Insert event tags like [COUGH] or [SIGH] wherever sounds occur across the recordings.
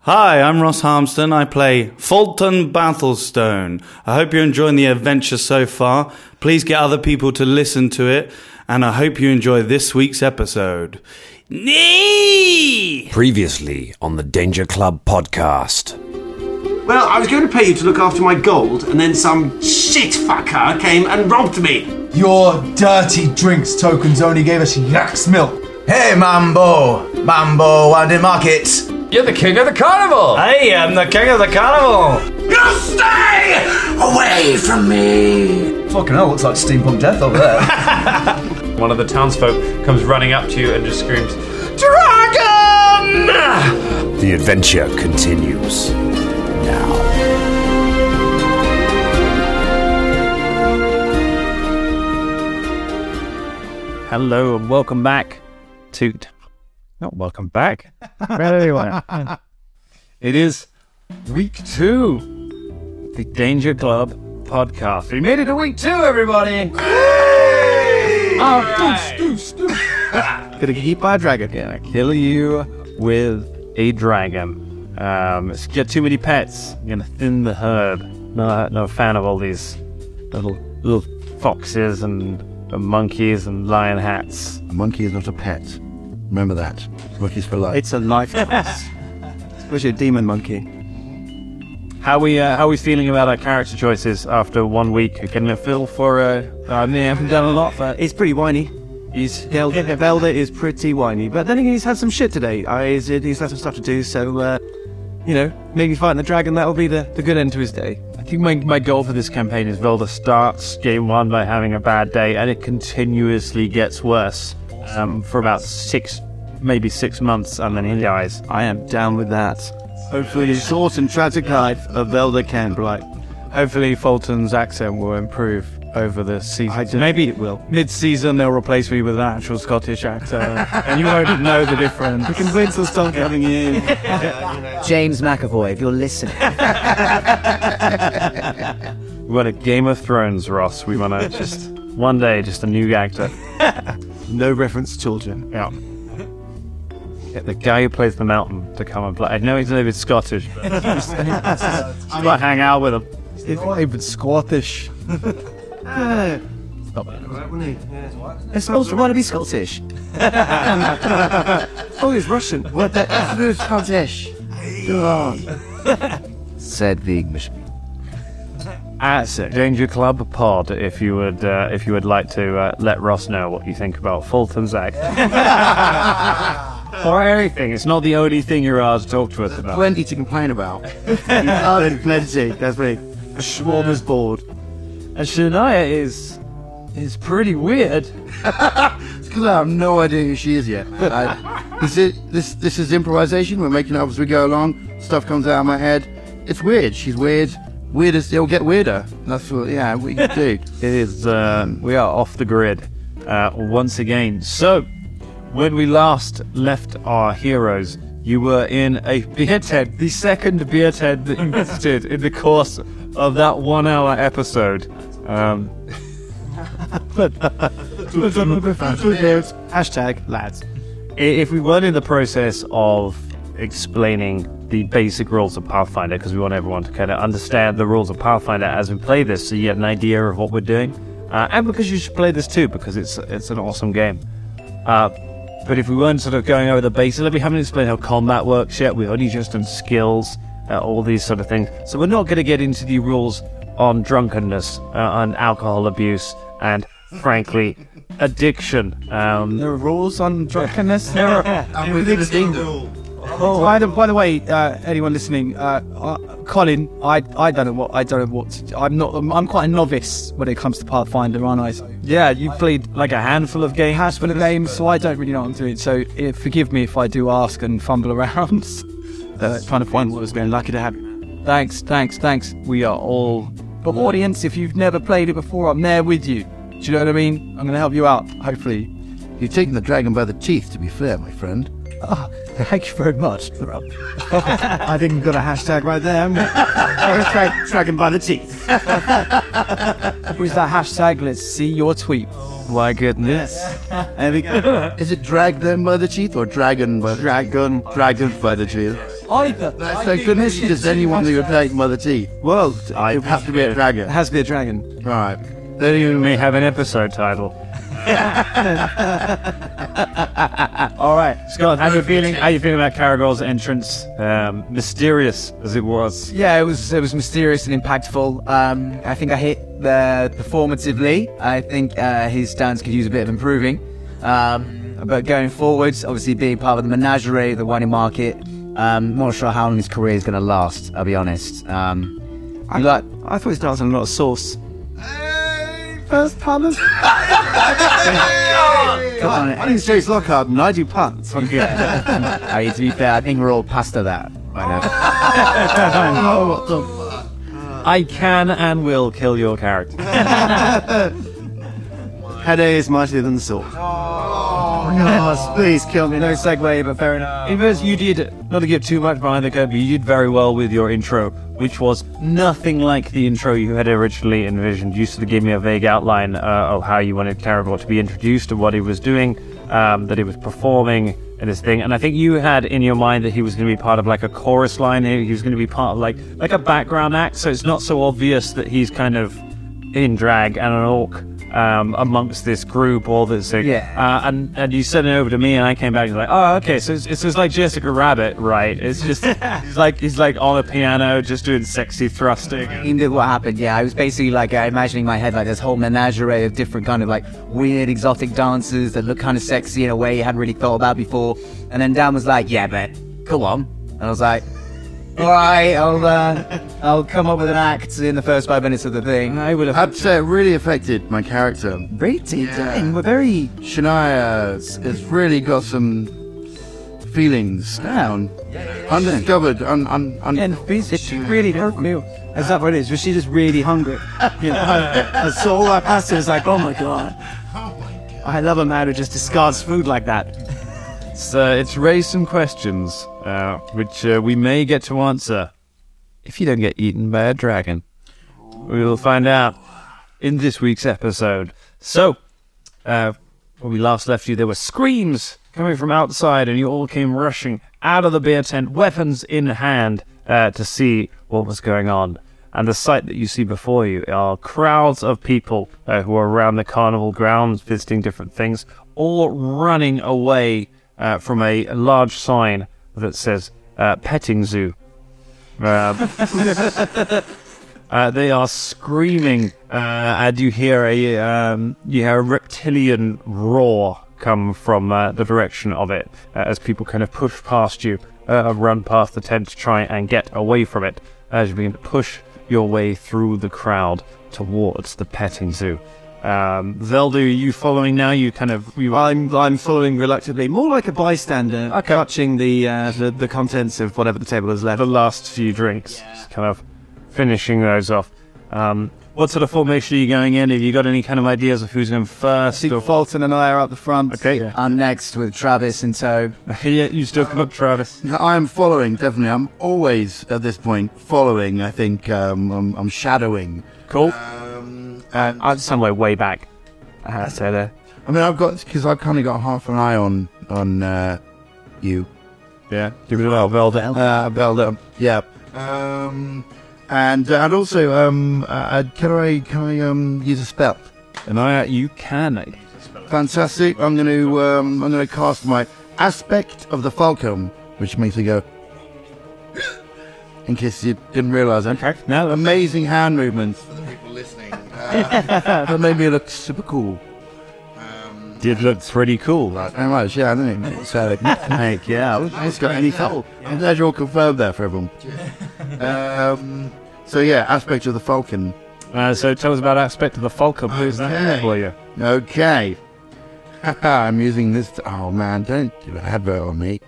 Hi, I'm Ross Harmston. I play Fulton Battlestone. I hope you're enjoying the adventure so far. Please get other people to listen to it, and I hope you enjoy this week's episode. Nee! Previously on the Danger Club podcast. Well, I was going to pay you to look after my gold, and then some shit fucker came and robbed me. Your dirty drinks tokens only gave us yak's milk. Hey, Mambo! Mambo, Wandy Market! You're the king of the carnival! I am the king of the carnival! You stay away from me! Fucking hell, looks like steampunk death over [LAUGHS] there. One of the townsfolk comes running up to you and just screams, Dragon! The adventure continues. Now. Hello and welcome back to. Not welcome back. [LAUGHS] Where do you want it? [LAUGHS] it is week two, the Danger Club podcast. We made it to week two, everybody. Oh, doo, doo, doo. [LAUGHS] Gonna get hit by a dragon. Gonna kill you with a dragon. Um, it's got too many pets. Gonna thin the herd. Not, not a fan of all these little little foxes and, and monkeys and lion hats. A monkey is not a pet. Remember that. Monkeys for life. It's a life class. Especially a demon monkey. How we uh, how we feeling about our character choices after one week? Getting a feel for uh, I mean, I haven't done a lot, but It's pretty whiny. he's Velda, Velda is pretty whiny. But then again, he's had some shit today. I, he's, he's had some stuff to do, so, uh, you know, maybe fighting the dragon, that'll be the, the good end to his day. I think my, my goal for this campaign is Velda starts game one by having a bad day, and it continuously gets worse um, for about six, maybe six months, and then he dies. I am down with that. Hopefully, the short and tragic life of Velda Canbright. Hopefully, Fulton's accent will improve over the season. I don't Maybe think it will. Mid-season, they'll replace me with an actual Scottish [LAUGHS] actor, and you won't know the difference. Can Winston start coming in? James McAvoy, if you're listening. We want a Game of Thrones, Ross. We want to just one day, just a new actor. No reference to children. Yeah. Get the guy who plays the mountain to come and play. I know he's a little bit Scottish, [LAUGHS] but just gotta hang out with him. It's not even Scottish. [LAUGHS] It smells want to be Scottish. [LAUGHS] oh, he's Russian. What the? Said the Englishman. At Danger Club Pod, if you would, uh, if you would like to uh, let Ross know what you think about Fulton's act or anything. It's not the only thing you're allowed to talk to us about. Plenty to complain about. Oh, plenty. That's me. Schwarmer's bored. And Shania is is pretty weird. Because I have no idea who she is yet. I, this, is, this, this is improvisation. We're making up as we go along. Stuff comes out of my head. It's weird. She's weird. Weird as it'll get weirder. That's what, yeah, what you do. It is. Um, we are off the grid uh, once again. So, when we last left our heroes, you were in a beer tent, the second beer tent that you visited in the course of that one-hour episode. Um, Hashtag lads. i- if we weren't in the process of explaining the basic rules of Pathfinder, because we want everyone to kind of understand the rules of Pathfinder as we play this, so you get an idea of what we're doing, uh, and because you should play this too, because it's it's an awesome game. Uh, but if we weren't sort of going over the basics, like we haven't explained how combat works yet. We've only just done skills, uh, all these sort of things. So we're not going to get into the rules on drunkenness, uh, on alcohol abuse, and frankly, addiction. Um, There are rules on drunkenness. There are. And within the Oh, by the, by the way, uh, anyone listening, uh, uh, Colin, I, I don't know what I don't know what to do. I'm not. I'm, I'm quite a novice when it comes to Pathfinder, aren't I? So, yeah, you played like a handful of games. Has been a game, so I don't really know what I'm doing. So eh, forgive me if I do ask and fumble around, [LAUGHS] uh, trying to find what was going. Lucky to have. you. Thanks, thanks, thanks. We are all. But audience, if you've never played it before, I'm there with you. Do you know what I mean? I'm going to help you out. Hopefully. You've taken the dragon by the teeth, to be fair, my friend. Thank you very much. [LAUGHS] I think we've got a hashtag right there. Hashtag dragon by the [LAUGHS] teeth. With that hashtag, let's see your tweet. My goodness. There we go. Is it drag them by the teeth or dragon by the Dragon. Dragon by the teeth. either. So couldn't it's just anyone who would play Mother T? Well, I it has to be a dragon. It has to be a dragon. Right. Then you may have an episode [LAUGHS] title. All right, Scott. How you feeling? How you feeling about Caragol's entrance? Um, mysterious as it was. Yeah, it was it was mysterious and impactful. Um, I think I hit the performatively. I think uh, his stance could use a bit of improving. Um, but going forwards, obviously being part of the menagerie, the wine market, um, not sure how long his career is going to last. I'll be honest. Um, I, like, I thought he was dancing a lot of sauce. First punters. Come on, my name's Chase Lockhart and I do puns. I to be fair, I think we're all past that by now. oh, what the fuck? I can and will kill your character. Headache is mightier than the sword. Oh, yes, please kill me. No segue, but fair enough. Inverse, you did not to get too much behind the curtain, but you did very well with your intro, which was nothing like the intro you had originally envisioned. You sort of gave me a vague outline uh, of how you wanted Caragor to be introduced and what he was doing, um, that he was performing and his thing. And I think you had in your mind that he was going to be part of like a chorus line. He he was going to be part of like like a background act, so it's not so obvious that he's kind of in drag and an orc um, amongst this group, all this. Thing. Yeah. Uh, and and you sent it over to me, and I came back and was like, oh, okay, so it's, it's just like Jessica Rabbit, right? It's [LAUGHS] just he's like he's like on a piano, just doing sexy thrusting. He knew what happened. Yeah, I was basically like uh, imagining in my head like this whole menagerie of different kind of like weird exotic dances that look kind of sexy in a way you hadn't really thought about before. And then Dan was like, "Yeah, but come on," and I was like. All right, I'll uh, I'll come up with an act in the first five minutes of the thing. I would have. I'd say it really affected my character. Great, dang, we're very. Shania has really got some feelings down. Undiscovered, un, un, un, And busy. She really hurt me. Is that what it is? Was she just really hungry? You [LAUGHS] know, and so all our pastor is like, oh my god. Oh I love a man who just discards food like that. It's, uh, it's raised some questions, uh, which uh, we may get to answer if you don't get eaten by a dragon. We will find out in this week's episode. So, uh, when we last left you, there were screams coming from outside, and you all came rushing out of the beer tent, weapons in hand, uh, to see what was going on. And the sight that you see before you are crowds of people uh, who are around the carnival grounds visiting different things, all running away uh, from a large sign that says uh, petting zoo. Um, [LAUGHS] Uh, they are screaming, uh, and you hear a um, you hear a reptilian roar come from uh, the direction of it uh, as people kind of push past you uh, and run past the tent to try and get away from it as you begin to push your way through the crowd towards the petting zoo. Um, Veldu, are you following now? You kind of you I'm I'm following reluctantly, more like a bystander, clutching the, uh, the the contents of whatever the table has left. the last few drinks, just kind of finishing those off. Um, what sort of formation are you going in? Have you got any kind of ideas of who's going first? See, or- Fulton and I are up the front. Okay. I'm next with Travis in tow. [LAUGHS] yeah, you still come up, Travis. [LAUGHS] I'm following, definitely. I'm always, at this point, following. I think um, I'm, I'm shadowing. Cool. Uh, And Um, I'm somewhere way back. Uh, so there. I mean, I've got, because I've kind of got half an eye on on uh, you. yeah, do it well, Veldu. Uh, Belda. Yeah. Um, and uh, and also, um, uh, uh, can I can I um, use a spell? And I, uh, you can. Fantastic. I'm going to um, I'm going to cast my aspect of the falcon, which makes me go. [COUGHS] In case you didn't realise, that. Okay. No, that- amazing hand movements for the people listening. Uh, [LAUGHS] that made me look super cool. Did look pretty cool. Right, very much. Yeah, I don't know. So, [LAUGHS] like, yeah, I haven't it's got any trouble. I'm glad you all confirmed there for everyone. um, so yeah, aspect of the falcon. Uh, so tell us about aspect of the Falcon. Who's that Okay. for you? Okay. I'm using this. t- oh man, don't do an advert on me.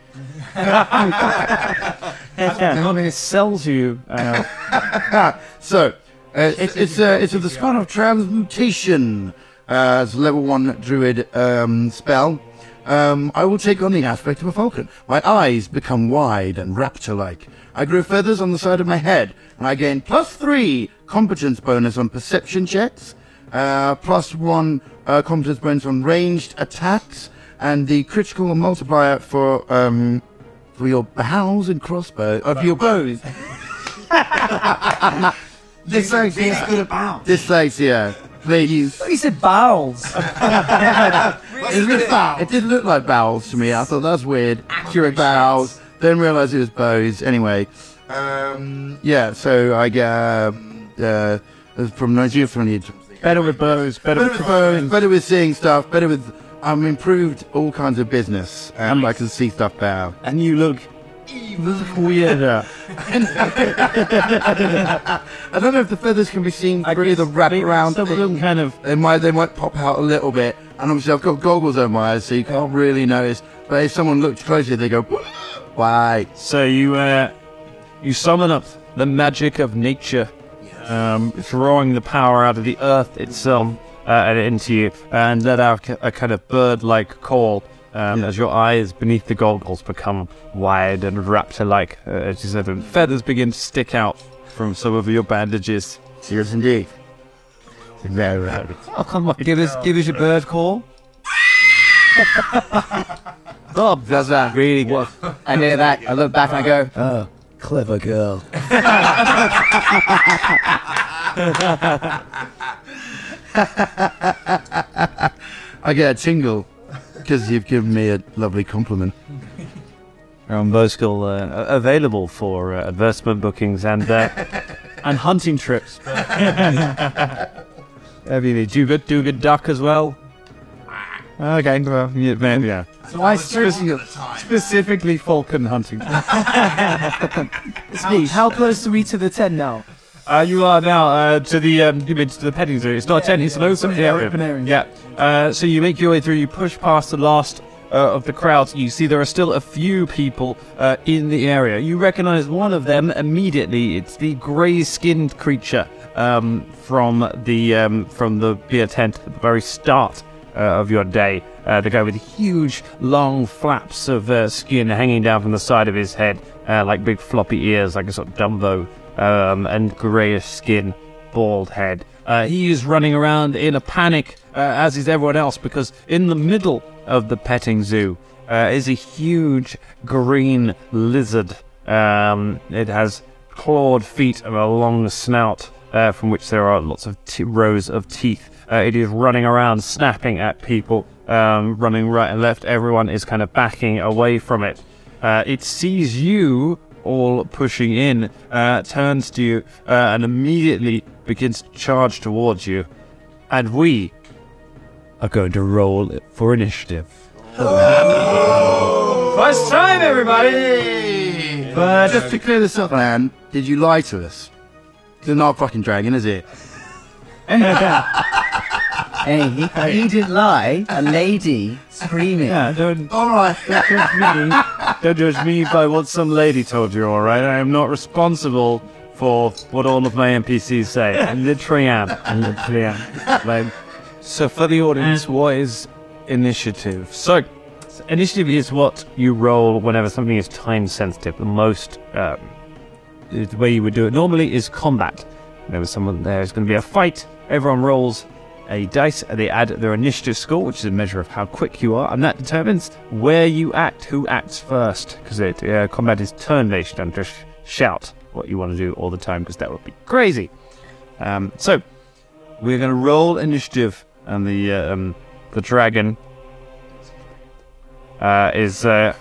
it sells you. [LAUGHS] Uh, So, uh, it, it's uh, it's of the spell of transmutation. Uh, it's a level one druid um, spell. Um, I will take on the aspect of a falcon. My eyes become wide and raptor-like. I grow feathers on the side of my head, and I gain plus three competence bonus on perception checks, uh, plus one uh, competence bonus on ranged attacks, and the critical multiplier for um, for your howls and crossbows, uh, for your bows. This is good about. Dyslexia. Please. He said bowels. It, looked- it did look like bowels to me. I thought that's weird. Accurate bowels. Then realised it was bows. Anyway, um, yeah. So I get uh, uh, from Nigeria from the better with bows, better, with bows, better with seeing stuff, better with. I'm improved all kinds of business, and I can see stuff better. And you look even [LAUGHS] weirder. I don't know if the feathers can be seen through the wrap around. They kind of they might they might pop out a little bit. And obviously I've got goggles over my eyes, so you can't really notice. But if someone looked closely, they go, [GASPS] "Why?" So you uh, you summon up the magic of nature, um, throwing the power out of the earth itself uh, and into you, and let out a kind of bird-like call um, as your eyes beneath the goggles become wide and raptor-like. Uh, as you said, and feathers begin to stick out from some of your bandages. Yes, indeed. Very right. Oh, come on. Give us, give us your bird call. [LAUGHS] Oh, Bob does that. Really good. I hear that. I look back and I go, oh, clever girl. I get a tingle because you've given me a lovely compliment. Um, those still uh, a- available for uh, advertisement bookings and uh, and hunting trips. [LAUGHS] Have you do you good do good duck as well? Okay, well, yeah, man, yeah. So I specifically, specifically falcon [LAUGHS] hunting. It's me. How close are we to the 10 now? Uh, you are now uh, to the um, you mean to the petting zoo. It's not a tent; it's an open area. open area. Yeah. Uh, so you make your way through. You push past the last uh, of the crowd. You see there are still a few people uh, in the area. You recognise one of them immediately. It's the grey-skinned creature um, from the um, from the beer tent at the very start uh, of your day. Uh, the guy with huge, long flaps of uh, skin hanging down from the side of his head, uh, like big floppy ears, like a sort of Dumbo, um, and greyish skin, bald head. Uh, he is running around in a panic, uh, as is everyone else, because in the middle of the petting zoo uh, is a huge green lizard. Um, it has clawed feet and a long snout uh, from which there are lots of t- rows of teeth. Uh, it is running around, snapping at people, um, running right and left. Everyone is kind of backing away from it. Uh, it sees you all pushing in, uh, turns to you, uh, and immediately begins to charge towards you. And we are going to roll it for initiative. First time, everybody! [LAUGHS] But just to clear this up, man, did you lie to us? It's not a fucking dragon, is it? hey, he, he did lie. A lady screaming. Yeah, don't, All right. don't judge me. Don't judge me by what some lady told you, alright? I am not responsible for what all of my NPCs say. I literally am. I literally am. Like, so for the audience, what is initiative? So, initiative is what you roll whenever something is time sensitive. The most, um, the way you would do it normally is combat. Whenever someone there's going to be a fight, everyone rolls a dice and they add their initiative score, which is a measure of how quick you are, and that determines where you act, who acts first, because uh, combat is turn based. Don't just shout what you want to do all the time, because that would be crazy. Um, so we're going to roll initiative, and the uh, um, the dragon uh, is uh,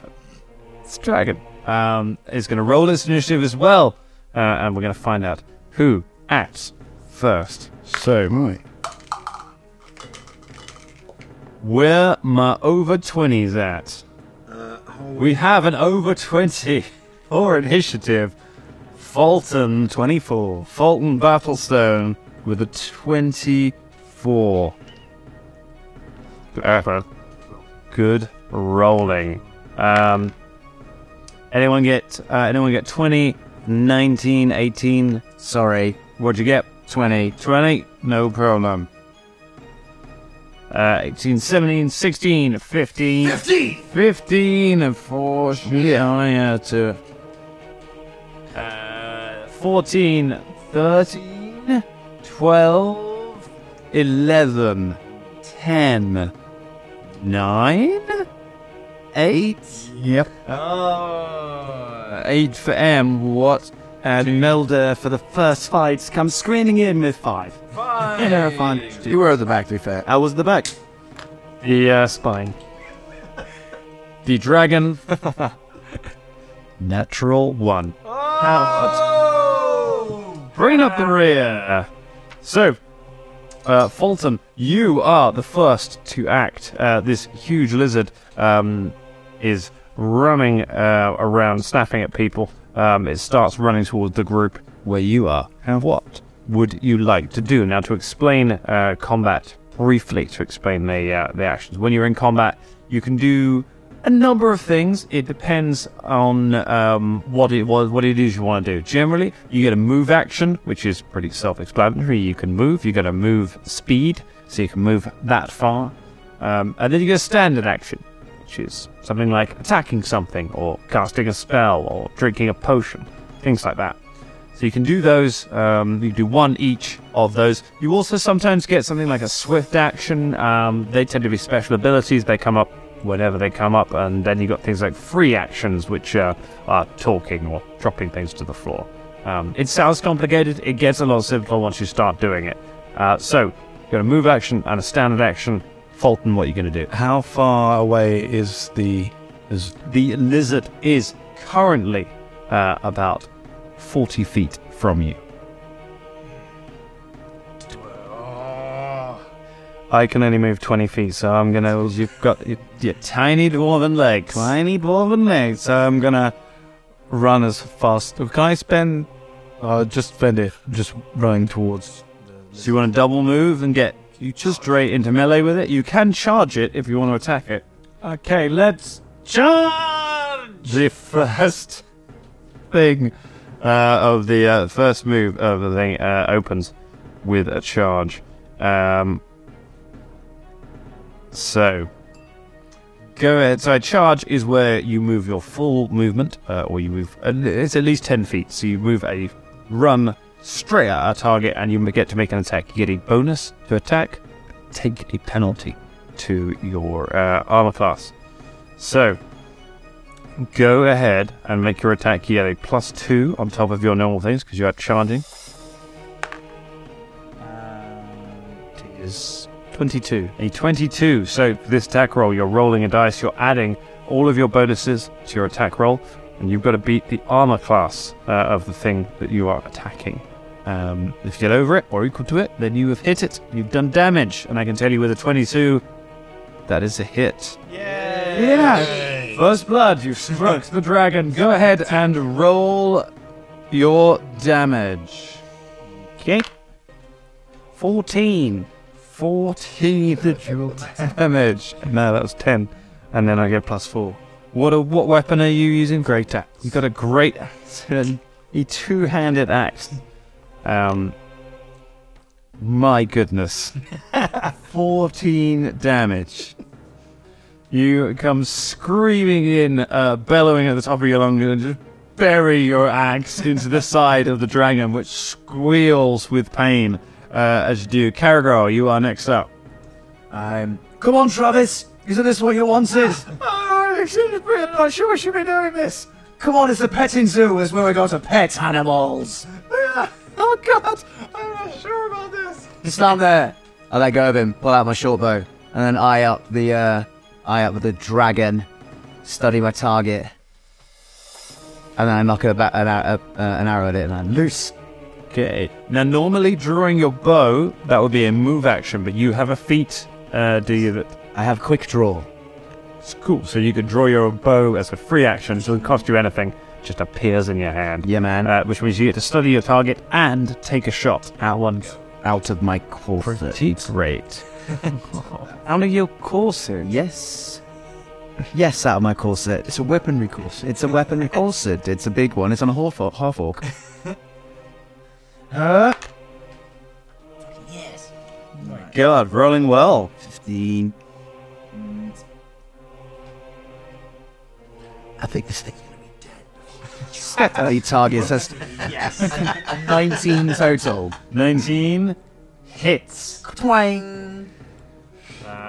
it's a dragon um, is going to roll its initiative as well, uh, and we're going to find out who acts first. So Right. where my over 20s at? we have an over 20 for initiative. Fulton 24. Fulton Battlestone with a 24. Uh, Good rolling. Um, anyone get uh, anyone get 20, 19, 18? Sorry. What'd you get? 20. 20? No problem. Uh, 18, 17, 16, 15. 15! 15 and 4 oh, yeah. to uh, 14 13 12 11 10 9 eight. Yep. Oh, Uh, eight for M. What? And Melder for the first fight comes screaming in with five. Five. Yeah, fine. You were at the back, to be fair. I was the back. The uh, spine. the dragon. Natural one. Oh! Bring up the rear. So, uh, Fulton, you are the first to act. Uh, this huge lizard um, is running uh, around, snapping at people. Um, it starts running towards the group where you are. And what would you like to do now? To explain uh, combat briefly, to explain the uh, the actions. When you're in combat, you can do a number of things. It depends on um, what it was, what it is you want to do. Generally, you get a move action, which is pretty self-explanatory. You can move. You get a move speed, so you can move that far, um, and then you get a standard action, which is something like attacking something, or casting a spell, or drinking a potion, things like that. So you can do those. Um, you do one each of those. You also sometimes get something like a swift action. Um, they tend to be special abilities. They come up whenever they come up, and then you got things like free actions, which uh, are talking or dropping things to the floor. Um, it sounds complicated. It gets a lot simpler once you start doing it. Uh, so you got a move action and a standard action. Fulton, what are you going to do? How far away is the is the lizard is currently uh, about 40 feet from you. I can only move 20 feet, so I'm gonna. You've got your, your tiny dwarven legs. Tiny dwarven legs. So I'm gonna run as fast. Can I spend. Uh, just spend it. Just running towards. So you want to double move and get you just straight into melee with it. You can charge it if you want to attack it. Okay, let's charge the first thing uh, of the uh, first move of the thing uh, opens with a charge. Um, so go ahead. So a charge is where you move your full movement, uh, or you move. uh, It's at least ten feet. So you move a run straight at a target, and you get to make an attack. You get a bonus to attack. Take a penalty to your uh, armor class. So go ahead and make your attack. You get a plus two on top of your normal things because you are charging. it is 22. A 22. So this attack roll, you're rolling a dice, you're adding all of your bonuses to your attack roll, and you've got to beat the armor class uh, of the thing that you are attacking. Um, if you get over it or equal to it, then you have hit it. You've done damage, and I can tell you with a 22, that is a hit. Yeah. First blood, you've struck the dragon. Go ahead and roll your damage. Okay. 14. 14 residual [LAUGHS] damage. No, that was 10. And then I get plus 4. What a, what weapon are you using? Great axe. You've got a great axe. [LAUGHS] and A two handed axe. Um. My goodness. [LAUGHS] 14 damage. You come screaming in, uh, bellowing at the top of your lungs, and just bury your axe into the side of the dragon, which squeals with pain uh, as you do. Caragor, you are next up. Um, come on, Travis. Isn't this what you [LAUGHS] wanted? Ah, Oh, I should have been. I sure should be doing this. Come on, it's the petting zoo. It's where we go to pet animals. Ah, oh God, I'm not sure about this. Stand there. I let go of him, pull out my short bow, and then eye up the uh, eye up the dragon, study my target, and then I knock a ba- an, ar- uh, an arrow at it and I loose. Okay. Now, normally drawing your bow, that would be a move action, but you have a feat, uh, do you? That I have quick draw. It's cool. So you could draw your bow as a free action. Doesn't cost you anything. Just appears in your hand. Yeah, man. Uh, which means you get to study your target and take a shot at one. Out of my corset. Pretty [LAUGHS] great. Out of your corset. Yes. Yes, out of my corset. It's a weaponry corset. It's a weaponry corset. It's a big one. It's on a half orc. Half orc. Huh? God, rolling well. 15. I think this thing's going to be dead. Early targets. That's [LAUGHS] yes. 19 total. 19 hits. Twang.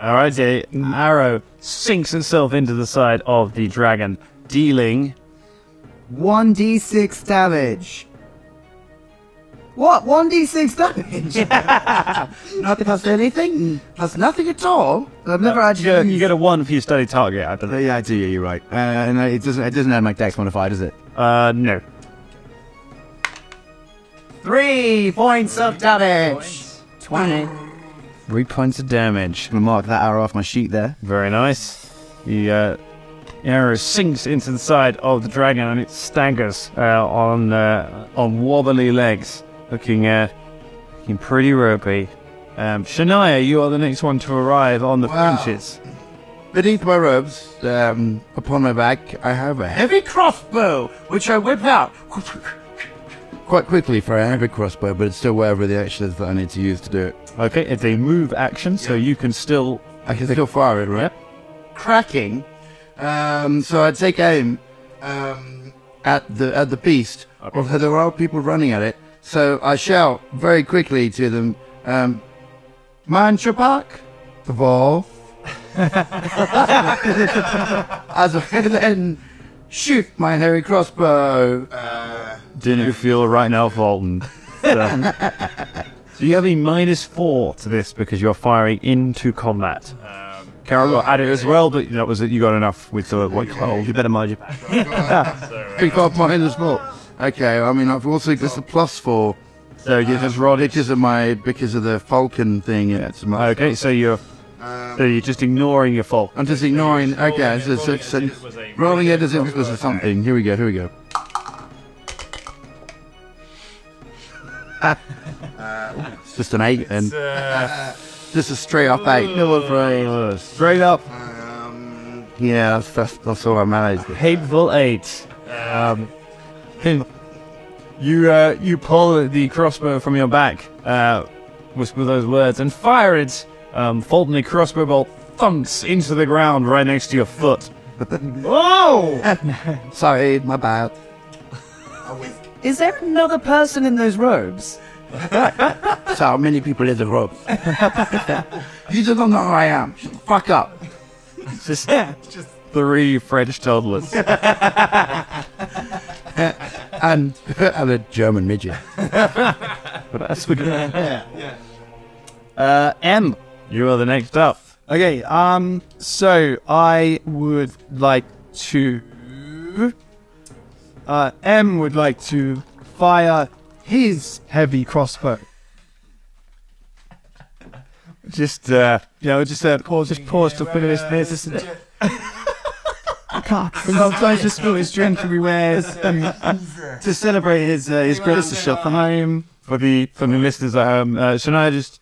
All right, the arrow sinks itself into the side of the dragon, dealing 1d6 damage. What? 1d6 damage? Not plus anything? Plus nothing at all? I've never Uh, actually. you, get, you get a one for your study target. I believe. Yeah, I do. Yeah, you're right. Uh, and it doesn't. It doesn't add my dex modifier, does it? Uh, no. Three points of damage. Twenty. Three points of damage. I'm mark that arrow off my sheet there. Very nice. The uh, arrow sinks into the side of the dragon and it staggers uh, on uh, on wobbly legs, looking uh, looking pretty ropey. Um, Shania, you are the next one to arrive on the benches. Beneath my robes, um, upon my back, I have a heavy crossbow, which I whip out [LAUGHS] Quite quickly for a heavy crossbow, but it's still wherever the action is that I need to use to do it. Okay, it's a move action, so you can still. I can still fire it, right? Cracking. Um, so I take aim um, at the at the beast, although there are people running at it. So I shout very quickly to them, um, Mantrapak, the ball. [LAUGHS] As I [LAUGHS] then shoot my hairy crossbow. Uh, Didn't feel right now, Fulton. So, so you have a minus four to this because you're firing into combat. Um, Carol got at it as well, but that was it. You got enough with the white cloak. You better mind your back. Pick up my inner small. Okay, I mean, I've also got a plus four. So you just roll it because of my because of the falcon thing. It's my okay, so you're so you're just ignoring your fault. I'm just ignoring. Okay, so, so, so rolling it as if it was a something. Here we go. Here we go. it's just an eight, and This is straight up eight. Straight up. yeah, that's, that's, that's all I managed. Hateful eight. Um, [LAUGHS] you uh, you pull the crossbow from your back, uh, whisper those words, and fire it. Um, Fulton, the crossbow bolt thunks into the ground right next to [LAUGHS] your foot. Oh! Sorry, my bad. Is there another person in those robes? So how many people in the room? [LAUGHS] you just don't know who I am. Shut the fuck up. just, just three French [LAUGHS] toddlers. [LAUGHS] and and a German midget. but that's [LAUGHS] what. Yeah. Uh, M. You are the next up. Okay. Um. So I would like to. Uh, M would like to fire his heavy crossbow. Just uh, you know, just uh, pause, just pause to finish this. Isn't it? [LAUGHS] I [LAUGHS] can't. Sometimes just spill his drink everywhere um, to celebrate his uh, his Shut the home for the for the listeners at home. Uh, Shania just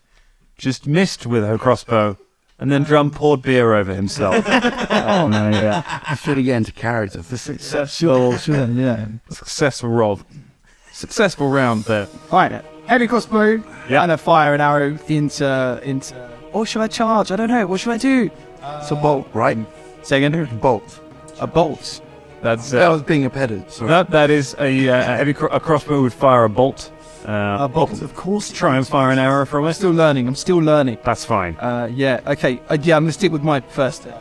just missed with her crossbow, and then drum poured beer [LAUGHS] over himself. oh no! Yeah, I should get into character. The successful, [LAUGHS] yeah, successful roll, successful round there. Right, heavy crossbow. Yeah. And I fire an arrow into into. Or should I charge? I don't know. What should I do? it's a bolt, right? Second bolt. A bolt. That's uh, That was being a pedant. That that is a uh, a heavy cro- a crossbow would fire a bolt. Uh, A bolt, of course. Try and fire an arrow from it. Still learning. I'm still learning. That's fine. Uh, yeah. Okay. Uh, yeah. I'm gonna stick with my first. Uh,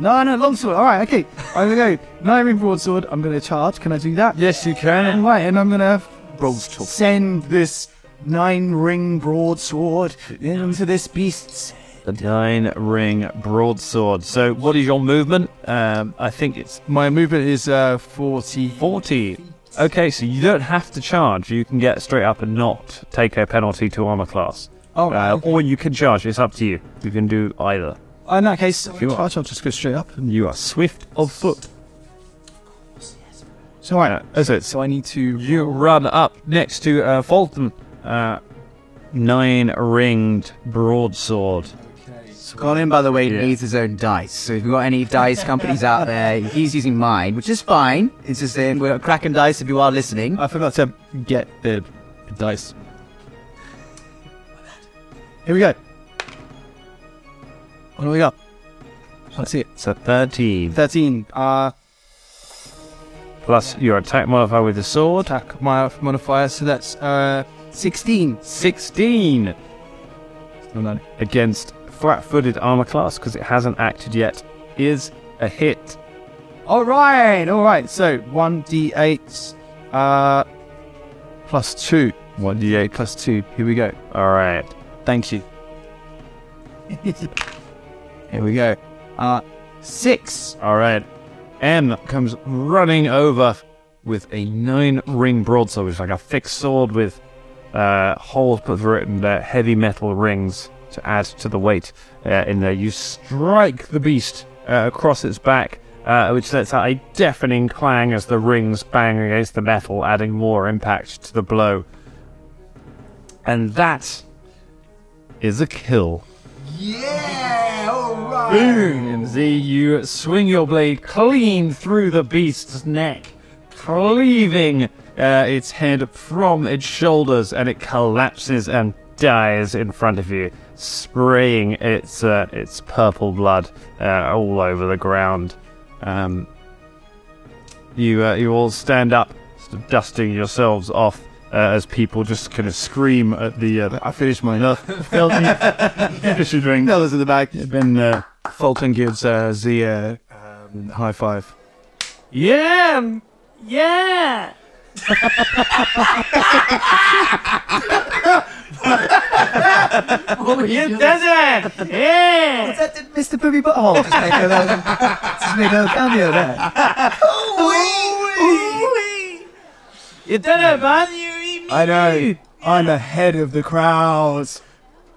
no, no, longsword. All right. Okay. I'm gonna go. Kniving broadsword. I'm gonna charge. Can I do that? Yes, you can. Right, and I'm gonna s- send this nine ring broadsword into this beast's The nine ring broadsword. So, what is your movement? Um, I think it's my movement is uh, forty. Forty. Okay, so you don't have to charge. You can get straight up and not take a penalty to armor class. Oh, uh, or you can charge. It's up to you. You can do either. In that case, you I'll just go straight up. You are swift of foot. So I, so, so I need to. You run up next to uh, Fulton. Uh, nine ringed broadsword. Colin, by the way, needs his own dice. So if you've got any dice companies out there, [LAUGHS] he's using mine, which is fine. It's just saying we're cracking dice if you are [LAUGHS] listening. I forgot to get the dice. Here we go. What do we got? Let's see it. It's a 13. 13. Uh, Plus your attack modifier with the sword. attack my modifier, so that's uh, 16. 16. Against flat footed armor class, because it hasn't acted yet, is a hit. All right, all right. So 1d8 uh, plus 2. 1d8 plus 2. Here we go. All right. Thank you. Here we go. Uh, 6. All right. M comes running over with a nine ring broadsword, which is like a thick sword with uh, holes put through it and uh, heavy metal rings to add to the weight uh, in there. You strike the beast uh, across its back, uh, which lets out a deafening clang as the rings bang against the metal, adding more impact to the blow. And that is a kill. Yeah, alright. Boom! MZ, you swing your blade clean through the beast's neck, cleaving uh, its head from its shoulders, and it collapses and dies in front of you, spraying its uh, its purple blood uh, all over the ground. Um, you uh, you all stand up, sort of dusting yourselves off. Uh, as people just kind of scream at the, uh, I finished mine. [LAUGHS] Uh, finish your drink. Fellas in the back. Been uh, Fulton gives uh, Z a um, high five. Yeah! Yeah! Oh, you does it! Yeah! What's that, did Mr. Booby Butthole? Just make a little, [LAUGHS] just make a little cameo there. You done it, man! You eat me! I know. I'm ahead of the crowds.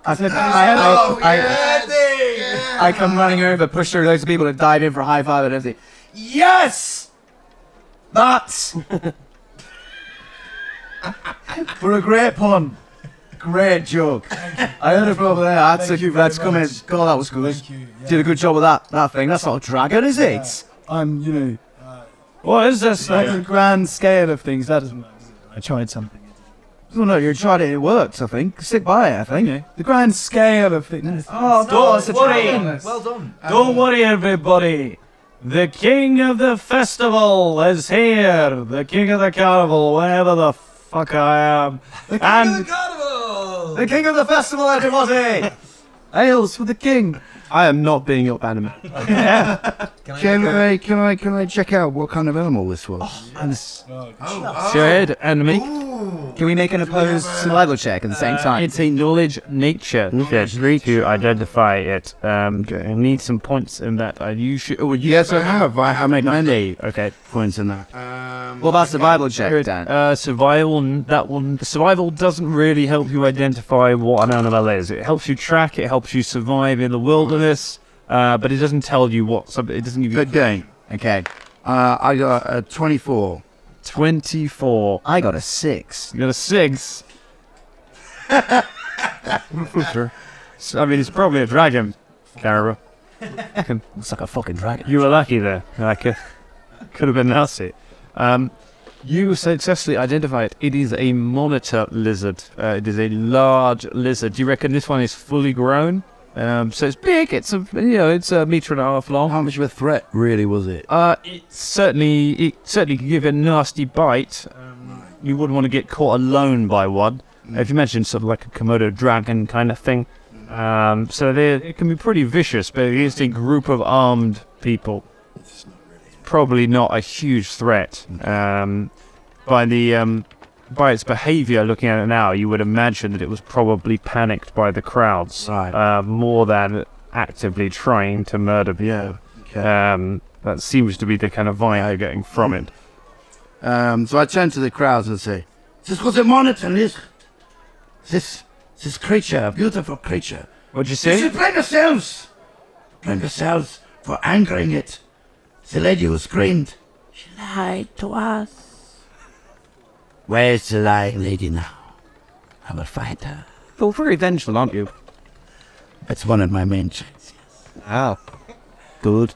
I said, I, I, I, I come running over, push through loads of people, and dive in for a high five and everything. Yes! But for a great pun, great joke. I heard it from over there. That's Thank a, you very that's coming. much. God, that was good. Thank you, Did a good job with that that thing. That's not a dragon, is it? I'm, you know, What is this? thing? On uh, the grand scale of things, that isn't. I tried something. Well, no, you tried it. It worked. I think. Stick by it. I think. The grand scale of things. Oh, Don't God, it's a worry. dragon. Well done. Um, Don't worry, everybody. The king of the festival is here. The king of the carnival, whatever the fuck I am. and The king of the festival, everybody! Ales for the king! I am not being your bannerman. Can I, can I can I check out what kind of animal this was? Jared and me. Can we make an opposed survival check at the Uh, same time? It's a knowledge nature check to identify it. Um, I need some points in that. I you should. Oh, you yes, I have. I have made many okay. points in that. what about survival check, Dan? Uh, survival. n- That one. Survival doesn't really help you identify what an animal is. It helps you track. It helps you survive in the wilderness. Uh, but it doesn't tell you what. some- It doesn't give you. Good game. Okay. Uh, I got a 24. 24. I got a six. You got [LAUGHS] a six. So, I mean, it's probably a dragon, Carver. Looks like a fucking dragon. You were lucky there. Like, uh, could have been nasty. Um, you successfully identify it. It is a monitor lizard. Uh, it is a large lizard. Do you reckon this one is fully grown? Um, so it's big. It's a you know it's a meter and a half long. How much of a threat really was it? Uh, it certainly it certainly can give a nasty bite. Um, you wouldn't want to get caught alone by one. If you mentioned sort of like a Komodo dragon kind of thing. Um, so they, it can be pretty vicious, but against a group of armed people, it's probably not a huge threat. Um, by the um, by its behaviour, looking at it now, you would imagine that it was probably panicked by the crowds uh, more than actively trying to murder people. Um, that seems to be the kind of vibe you're getting from it. Um, so I turn to the crowds and say, "This was a monitor. This, this, this creature, a beautiful creature. What'd you You should blame yourselves. Blame yourselves for angering it. The lady who screamed. She lied to us. Where's the lying lady now? I will find her. You're very vengeful, aren't you? That's one of my main traits. Ah. Good.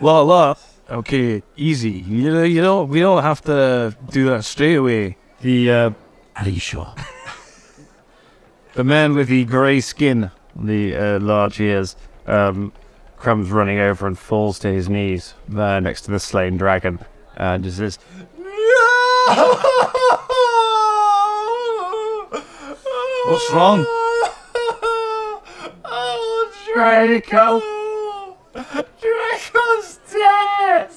Well, look. Okay, easy. You know, you don't, we don't have to do that straight away. The uh, Are you sure? [LAUGHS] the man with the grey skin, the uh, large ears, um, comes running over and falls to his knees uh, next to the slain dragon, and just says, [LAUGHS] What's wrong? Oh, Draco! Draco's dead!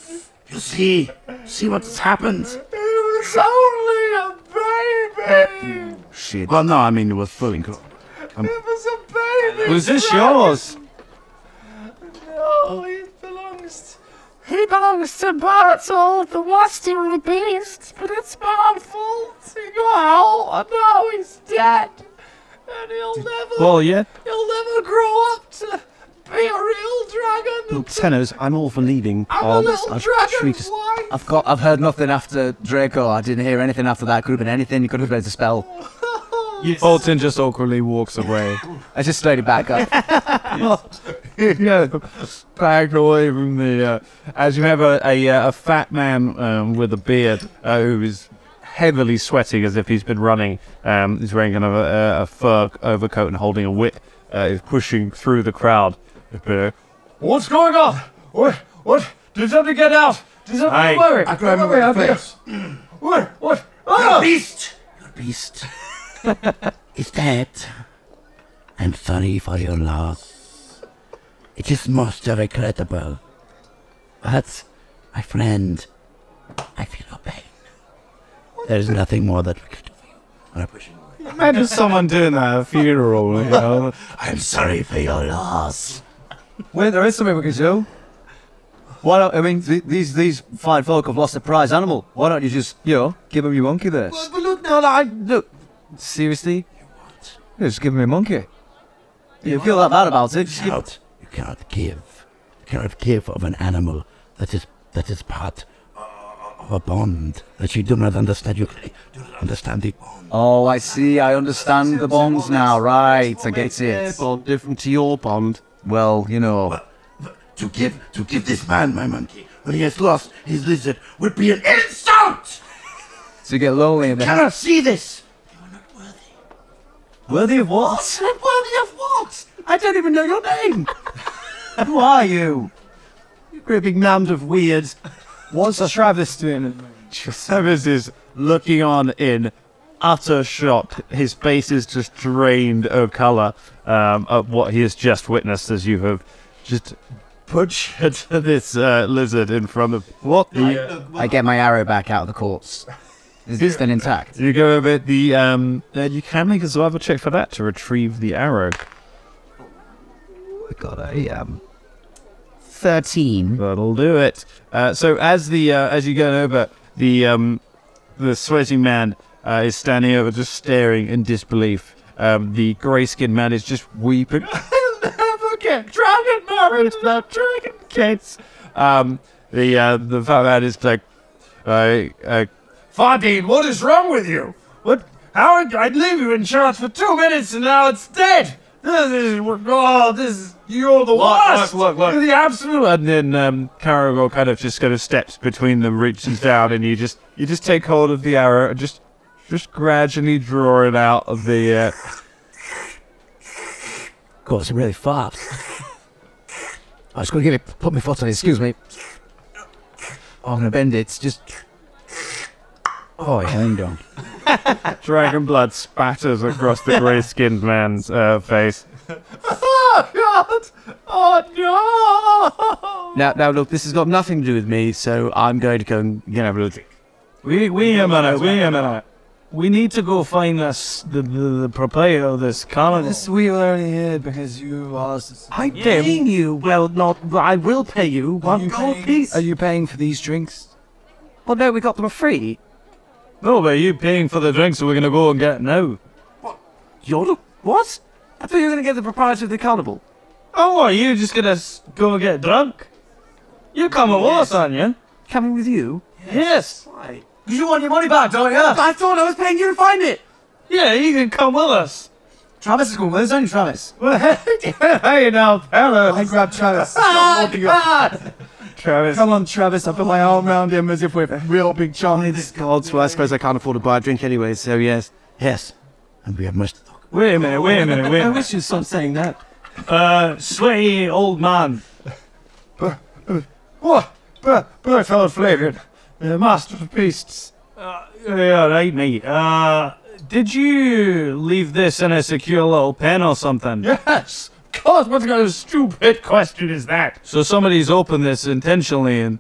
You see, see what's happened? It was only a baby! Shit. Well, no, I mean, it was fully. Co- um, It was a baby! Was this Draco. yours? No, he belongs. He belongs to Bartle, the Westy Beast, but it's my fault. Your hell, and now he's dead. And he'll never. Well, yeah. He'll never grow up to be a real dragon. Look, Tenos, I'm all for leaving. I'm a Oh, little I've dragon. shrieked- I've got. I've heard nothing after Draco. I didn't hear anything after that. Could have been anything. You could have read the spell. Bolton just awkwardly walks away. [LAUGHS] I just slowly back up. [LAUGHS] yeah, back away from the. Uh, as you have a a, uh, a fat man um, with a beard uh, who is heavily sweating as if he's been running. Um, he's wearing kind of a, a- a fur overcoat and holding a whip. Uh, is pushing through the crowd. Uh, What's going on? What? What? Did something get out? Did something Aye. worry? I grab him by the face. What? What? Oh! beast! Your beast is dead. I'm sorry for your loss. It is most regrettable. But, my friend, I feel no pain. There is nothing more that we can do for you. I wish- Imagine someone doing that at a funeral, you know. I'm sorry for your loss. Well, there is something we can do. Why don't I mean th- these these fine folk have lost a prize animal? Why don't you just you know give them your monkey there? But look, no, no, I, look. Seriously, just give him your monkey. You feel that bad about it? Just give Out. You cannot give. You cannot give of an animal that is that is part of a bond that you do not understand. You do not understand the bond. Oh, I see. I understand the bonds now. Right, I get it. bond different to your bond. Well, you know. To give to give this man my monkey when he has lost his lizard would be an insult. So you get lonely and I then. cannot see this. Worthy of what? Worthy of what? I don't even know your [LAUGHS] name. Who are you? You great numbed of weird. What's Travis doing? Travis is looking on in utter shock. His face is just drained of color um, at what he has just witnessed as you have just butchered [LAUGHS] this uh, lizard in front of. What the. I get my arrow back out of the corpse. Is it still intact? You go over the. Um, uh, you can make a survival check for that to retrieve the arrow. I got a um, thirteen. That'll do it. Uh, so as the uh, as you go over, the um, the sweating man uh, is standing over, just staring in disbelief. Um, the grey-skinned man is just weeping. [LAUGHS] Okay, dragon married that dragon kids. Um, the uh, the fat man is like, uh, uh, Fardeen, what is wrong with you? What? How? I'd leave you in charge for two minutes and now it's dead. This is. Oh, this is. You're the worst. You're the absolute. And then um, Caragor kind of just kind of steps between them, reaches down, and you just you just take hold of the arrow and just just gradually draw it out of the. Uh... course, really fast. I was going to give it, put my foot on it, excuse me. Oh, I'm going to bend it, it's just. Oh, yeah. hang on. Dragon blood spatters across the grey-skinned man's uh, face. Oh God! Oh Now, now look, this has got nothing to do with me, so I'm going to go and get a little drink. We, we a minute. We a minute. We need to go find us the the, the proprietor of this colony. This we were only here because you asked. I paying you. Well, not. I will pay you one gold piece. Are you paying for these drinks? Well, no, we got them free. No, but you paying for the drinks we're gonna go and get now. You're the what? I thought you were going to get the proprietor of the carnival. Oh, are you just gonna s- go and get drunk? You coming with us, aren't you? Coming with you? Yes. Why? Because you want your money back, don't you? I thought I was paying you to find it. Yeah, you can come with us. Travis is going with us, only Travis. hey now, hello. Oh, I grab Travis. Ah, I'm walking up. Travis. Come on, Travis. I put my arm around him as if we're real big chums. God, so I suppose I can't afford to buy a drink anyway, so yes. Yes. And we have much. Wait a minute, wait a minute, wait a minute. you stopped saying that. Uh, sweaty old man. What? Bertold Flavian, uh, the master of beasts. Uh, Yeah, right, mate. Uh, did you leave this in a secure little pen or something? Yes, course, what kind of stupid question is that? So somebody's opened this intentionally and.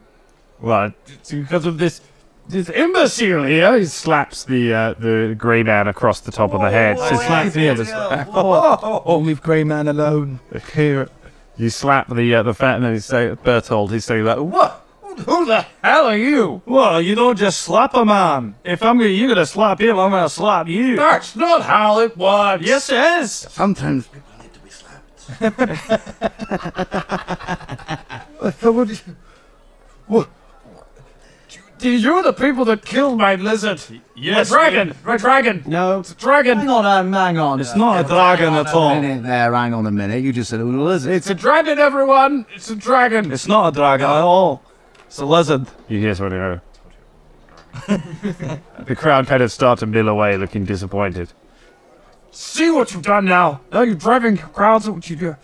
Well, it's because of this this imbecile here. He slaps the uh, the grey man across the top of the head. So slap the other slap. Oh, leave Grey Man alone. Here, you slap the uh, the fat man. He's say Bertold. He's saying like, what? Who the hell are you? Well, you don't just slap a man. If I'm gonna, you're gonna slap him, I'm gonna slap you. That's not how it works. Yes, it is. Sometimes [LAUGHS] what, what? You're the people that killed my lizard. Yes, My dragon. My dragon. No. It's a dragon. Hang on, um, hang on. It's not a dragon at all. there, hang on a minute. You just said it was a lizard. It's a dragon, everyone. It's a dragon. It's not a dragon at all. It's a lizard. You hear somebody over. [LAUGHS] the crowd kind of start to mill away, looking disappointed. See what you've done now. Now you're driving crowds. What you do?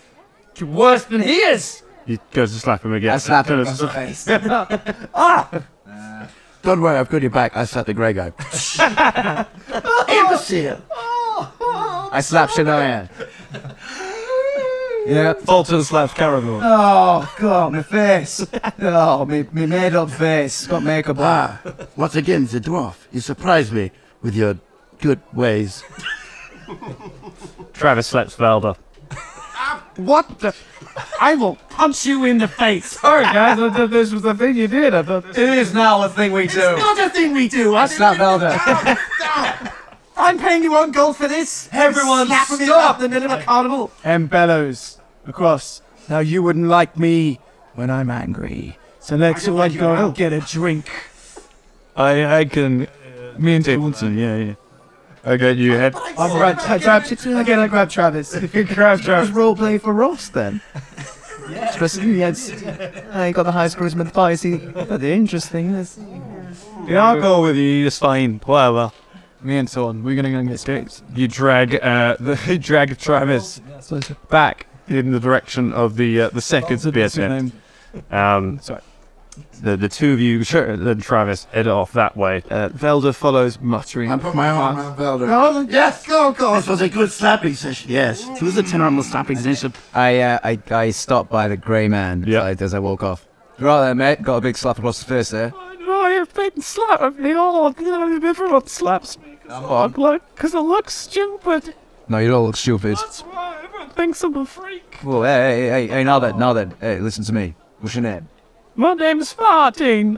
You're worse than he is. He goes to slap him again. I slap him Kind across of- the face. ah! Don't worry, I've got your back. I slapped the grey guy. Imbecile. I slap Shania. Yeah. Fulton slaps Caravan. Oh, God, my face. [LAUGHS] Oh, my, my made up face. Got makeup on. ah, once again, the dwarf. You surprise me with your good ways. Travis slaps Velda. What the? I will punch you in the [LAUGHS] face. Sorry, guys. I thought this was the thing you did. I thought this It is now a thing we do. not a thing we do. I slap Velda. [LAUGHS] I'm paying you one gold for this. Everyone, slap me up the middle of a carnival. And bellows across. Now you wouldn't like me when I'm angry. So next time I go and get a drink. I I can. Uh, me and Fulton, yeah, yeah. I got you head. I grab, I grab, again, I [LAUGHS] grab Travis. grab Travis. Roleplay for Ross then. Especially yes. I got the highest charisma in the party. But the interesting is. Yeah, I'll go with you. It's fine. Whatever. Me and Thorn, we're gonna go and get skates. You drag uh, [LAUGHS] the you drag Travis back in the direction of the uh, the second beer tent. Um, Sorry. the the two of you, sure, then Travis head off that way. Uh, Velda follows, muttering. I put my arm around Velda. No, yes, go, go. This was a good slapping session. Yes. It was a 10 on the slapping session. I, uh, I, I stopped by the grey man as I- as I walk off. Right there, mate. Got a big slap across the face there. Oh, No, you've been slapping me all. Everyone slaps me. on. Because I look stupid. No, you don't look stupid. That's why everyone thinks I'm a freak. Well, hey, hey, hey, hey, now then, now then. Hey, listen to me. What's your name? My name's Martin.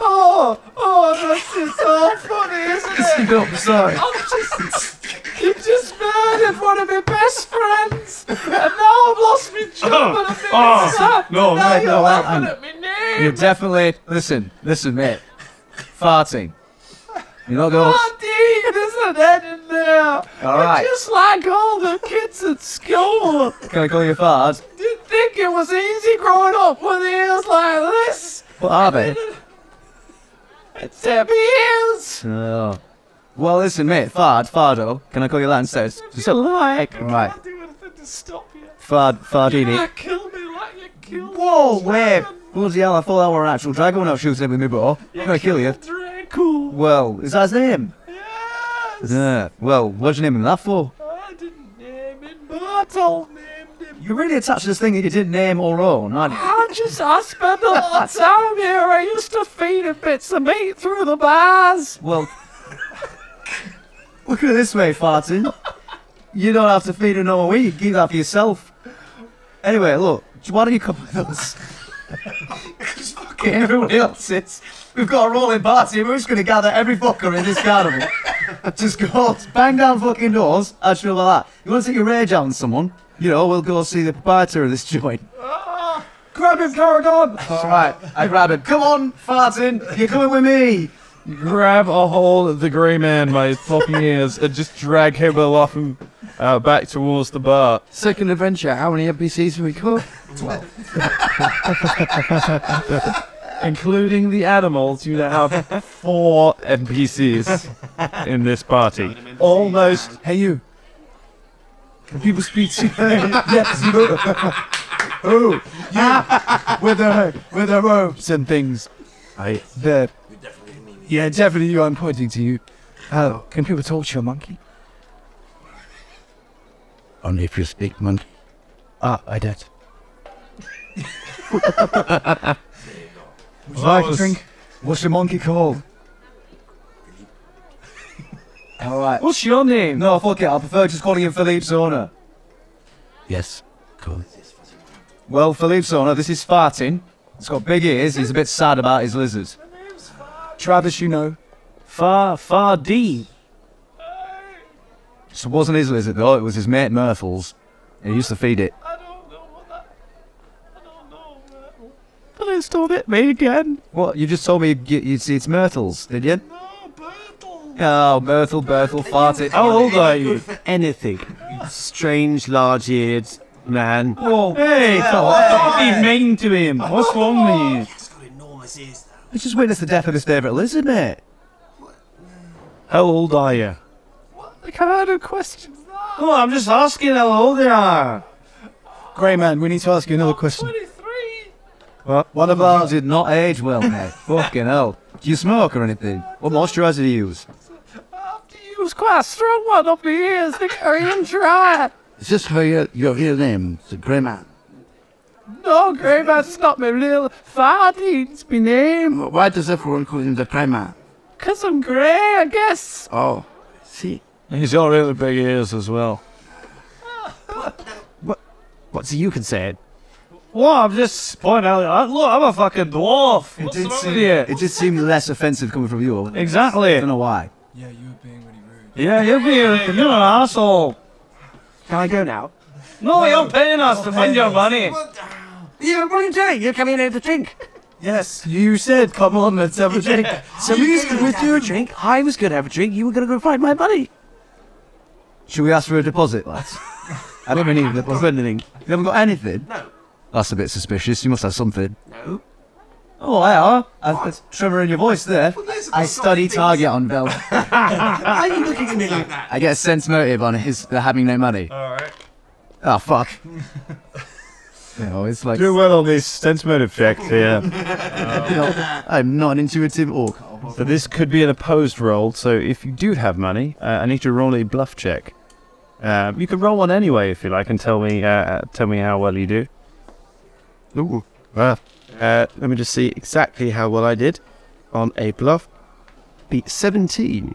Oh, oh, that's just so funny, [LAUGHS] isn't it? sorry. Oh, I'm just. You just murdered one of my best friends, and now I've lost my job. and I'm oh, sad. no, now no, you're no, laughing I'm- at me name. You're definitely. Listen, listen, mate. Farting. You're not going. Oh, dear, there's an head in there. All right. Just like all the kids at school. Can I call you fart? Didn't think it was easy growing up with ears like this. What are they? [LAUGHS] It's happy ears. Oh. Well, listen, mate. Fard, Fardo. Can I call you that instead? Just You like. Right. I can't do anything to stop you. Fard, You Fardini. can't kill me like you killed Whoa, Oh, wait. Bloody hell, I thought that were an actual dragon when I was shooting it with my bow. I'm gonna kill you. Draco. Well, is that his name? Yes. Yeah. Well, what'd you name him that for? I didn't name him. Bartol named him. You're really attached to this thing that you didn't name or own, aren't you? I just, I spend a lot of time here. I used to feed him bits of meat through the bars. Well, look at it this way, Fartin. You don't have to feed him no more weed. You can keep that for yourself. Anyway, look, why don't you come with us? [LAUGHS] Because fucking everyone else is. We've got a rolling party. We're just going to gather every fucker in this carnival. just go bang down fucking doors. Actually, like that. You want to take your rage out on someone? You know, we'll go see the proprietor of this joint. Ah, Grab him, Paragon! All right, I grab him. Come on, Fartin. You're coming with me. grab a hold of the grey man by his floppy ears and just drag him along uh, back towards the bar. Second adventure. How many NPCs have we got? [LAUGHS] Including the animals, you now have four NPCs in this party. Almost. Hey, you. Can people speak to you? [LAUGHS] yes, [LAUGHS] you. oh, you. With their, with their robes and things. I. The, yeah, definitely you. I'm pointing to you. Oh, can people talk to a monkey? Only if you speak monkey. Ah, I [LAUGHS] did. Would you like a drink? What's the monkey [LAUGHS] called? Alright. What's your name? No, fuck it. I prefer just calling him Philippe Zona. Yes. Cool. Well, Philippe Zona, this is farting. He's got big ears. He's a bit sad about his lizards. Travis, you know. Far, far D. So it wasn't his lizard, though. It was his mate Murple's. And he used to feed it. Please don't hit me again. What? You just told me you, you see it's Myrtle's, did you? No, Myrtle. Oh, Myrtle, Myrtle, farted. How old are you? Anything. Strange, large eared man. Oh, hey, Stop being mean to him. What's wrong with you? Enormous ears. I just witnessed the death of his favourite lizard, mate. How old are you? I can't do questions. Oh, I'm just asking how old they are. Grey man, we need to ask you another question. Well, one of ours did not age well, [LAUGHS] mate. Fucking hell. Do you smoke or anything? What moisturiser do you use? He was quite a strong one up the ears. They carry him dry. Is this how you, your real name? The Grey Man. No, Grey Man's not my real father. It's my name. Why does everyone call him the Grey [LAUGHS] Man? Because I'm grey, I guess. Oh, see. He's got really big ears as well. What? So you can say it. Well, I'm just pointing out. I- Look, I'm a fucking dwarf. It What's did, wrong seem, with you? it did seem less offensive coming from you. Exactly. I don't know why. Yeah, you're being you're an asshole. Can I go now? No, you're paying us to fund your money. Yeah, what are you doing? You're coming here to drink. Yes, you said, come on, let's have a drink. Somebody's going to have a drink. I was going to have a drink. You were going to go find my buddy. Should we ask for a deposit, [LAUGHS] lads? I don't really need a deposit. anything. You haven't got anything? No. That's a bit suspicious. You must have something. No. Oh, I are. I, there's tremor in your voice there. I study target on Vel. Why are you looking at me like that? I get a sense motive on his the having no money. Alright. Ah, [LAUGHS] Oh fuck. you know, it's like Do well on this sense motive check here. I'm not an intuitive orc. So this could be an opposed roll. So if you do have money, uh, I need to roll a bluff check. Um, you can roll one anyway if you like, and tell me uh, uh, tell me how well you do. Ooh, uh, uh, let me just see exactly how well I did on a bluff. The seventeen.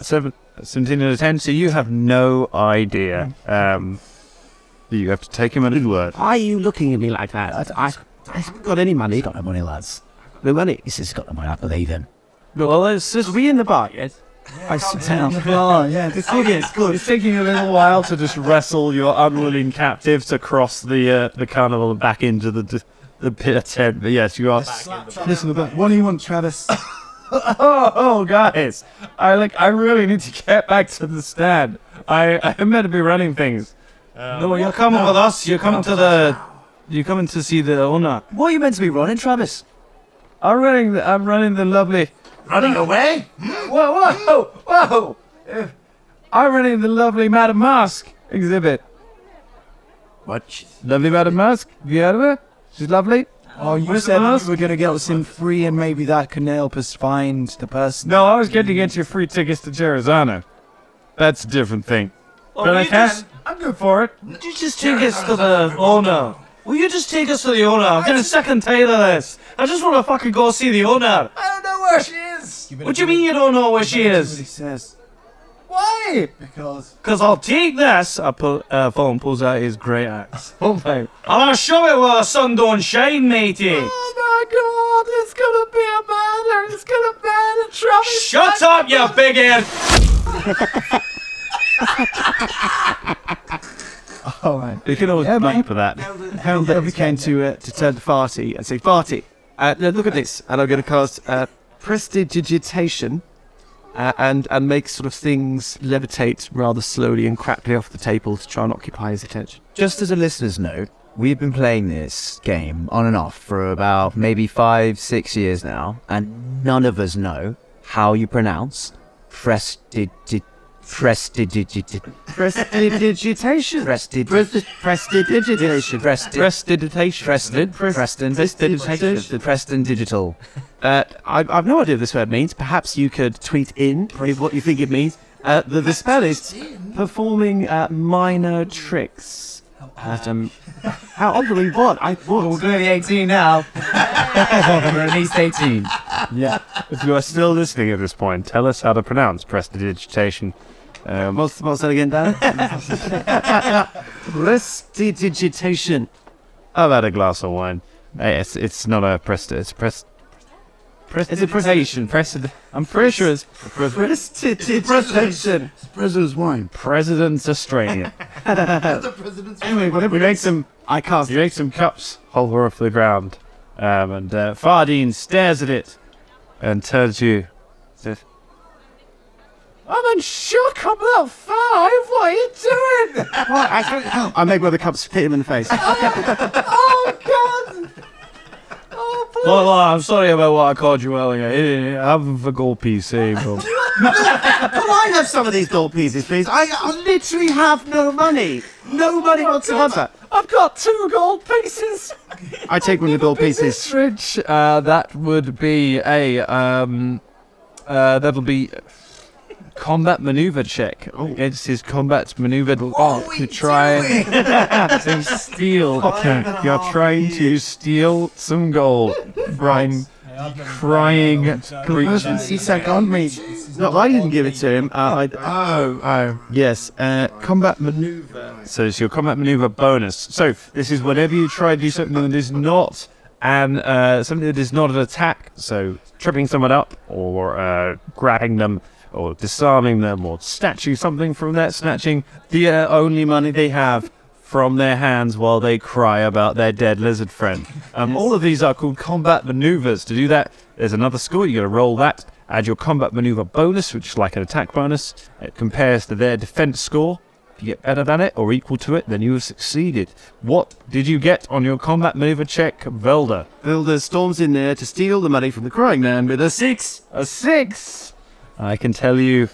Seven, 17 out of 10, so you have no idea. Um, you have to take him at his word. Why are you looking at me like that? I, I, I haven't got any money. Got no money, lads. No money. This has got no money. I believe him. Well, it's just we in the bar, yes? I sit down. Oh, yeah, this thing is good. It's taking a little while to just wrestle your unwilling captives across the uh, the carnival and back into the the, the pit tent. But yes, you are. Listen, to that. what do you want, Travis? Oh, oh, guys, I like. I really need to get back to the stand. I I'm meant to be running things. Um, no, you're coming with us. You're coming to the. You're coming to see the owner. What are you meant to be running, Travis? I'm running. The, I'm running the lovely. Running away? Whoa, whoa, whoa! Uh, I'm running the lovely Madame Mask exhibit. What? Lovely Madame Mask. Have you heard of her? She's lovely. Oh, you Where's the said that mask? you were going to get us in free and maybe that can help us find the person. No, I was going to get you free tickets to Gerizano. That's a different thing. Oh, but I guess I'm good for it. Would you just take us to the owner? Will you just take us to the owner? I'm gonna second tailor this. I just wanna fucking go see the owner. I don't know where she is. What do you mean you don't know where she is? says. Why? Because. Cause I'll take this. I pull, uh, Fulham pulls out his great axe. Oh my! I'll show it where the sun don't shine, matey. Oh my god, it's gonna be a murder. It's gonna be a Travis. Shut up, you big head. Alright. You can always Yeah, blame mate. for that. How If we came to uh, to turn to Farty and say, Farty, Uh, now look at this, and I'm going to cast uh, prestidigitation, uh, and and make sort of things levitate rather slowly and crackly off the table to try and occupy his attention. Just as a listener's note, we've been playing this game on and off for about maybe five, six years now, and none of us know how you pronounce prestidigi- prestidigiti- Prestidigitation. prestid- Prestidigitation. prestid- Prestidigitation. Preston, Preston, Prestidigitation. Preston Digital. Uh, I, I've no idea what this word means. Perhaps you could tweet in with what you think it means. Uh, the, the spell is performing uh, minor tricks. Um, how oddly what? I We're doing 18 [LAUGHS] now. We're at least 18. yeah. If you are still listening at this point, tell us how to pronounce prestidigitation. Um, what's, what's that again, Dan? [LAUGHS] prestidigitation. I've had a glass of wine. Uh, It's, it's not a presti. It's prest. It's a presentation. Precedent. I'm pretty sure it's prestidigitation. President's wine. [LAUGHS] President's Australian. president's anyway, whatever. We make some. I can't. You make some cups hover off the ground, um, and uh, Fardeen stares at it and turns to you. Says, I'm in shock. I'm not five. What are you doing? What? I can't help. I make one of the cups hit him in the face. oh God! Well, well, I'm sorry about what I called you earlier. Eh, I have a gold piece, eh, but- Can I have some of these gold pieces, please? I, I literally have no money. No money whatsoever. I've got two gold pieces. I take one of the gold pieces. Rich, uh, that would be a um, uh, that'll be combat maneuver check against his combat maneuver block to try and [LAUGHS] to steal. Okay, you're trying to steal some gold from crying Person creatures. CSAC on me. No, I didn't give it to him. Uh, I, oh, oh. Yes, uh, combat maneuver. So it's your combat maneuver bonus. So this is whenever you try to do something that is not an uh, something that is not an attack. So tripping someone up, or uh, grabbing them, or disarming them, or snatching something from their snatching the uh, only money they have from their hands while they cry about their dead lizard friend. Um, All of these are called combat maneuvers. To do that, there's another score. You're going to roll that. Add your combat maneuver bonus, which is like an attack bonus. It compares to their defense score. If you get better than it or equal to it, then you have succeeded. What did you get on your combat maneuver check, Velda? Builder storms in there to steal the money from the crying man with a six. A six. I can tell you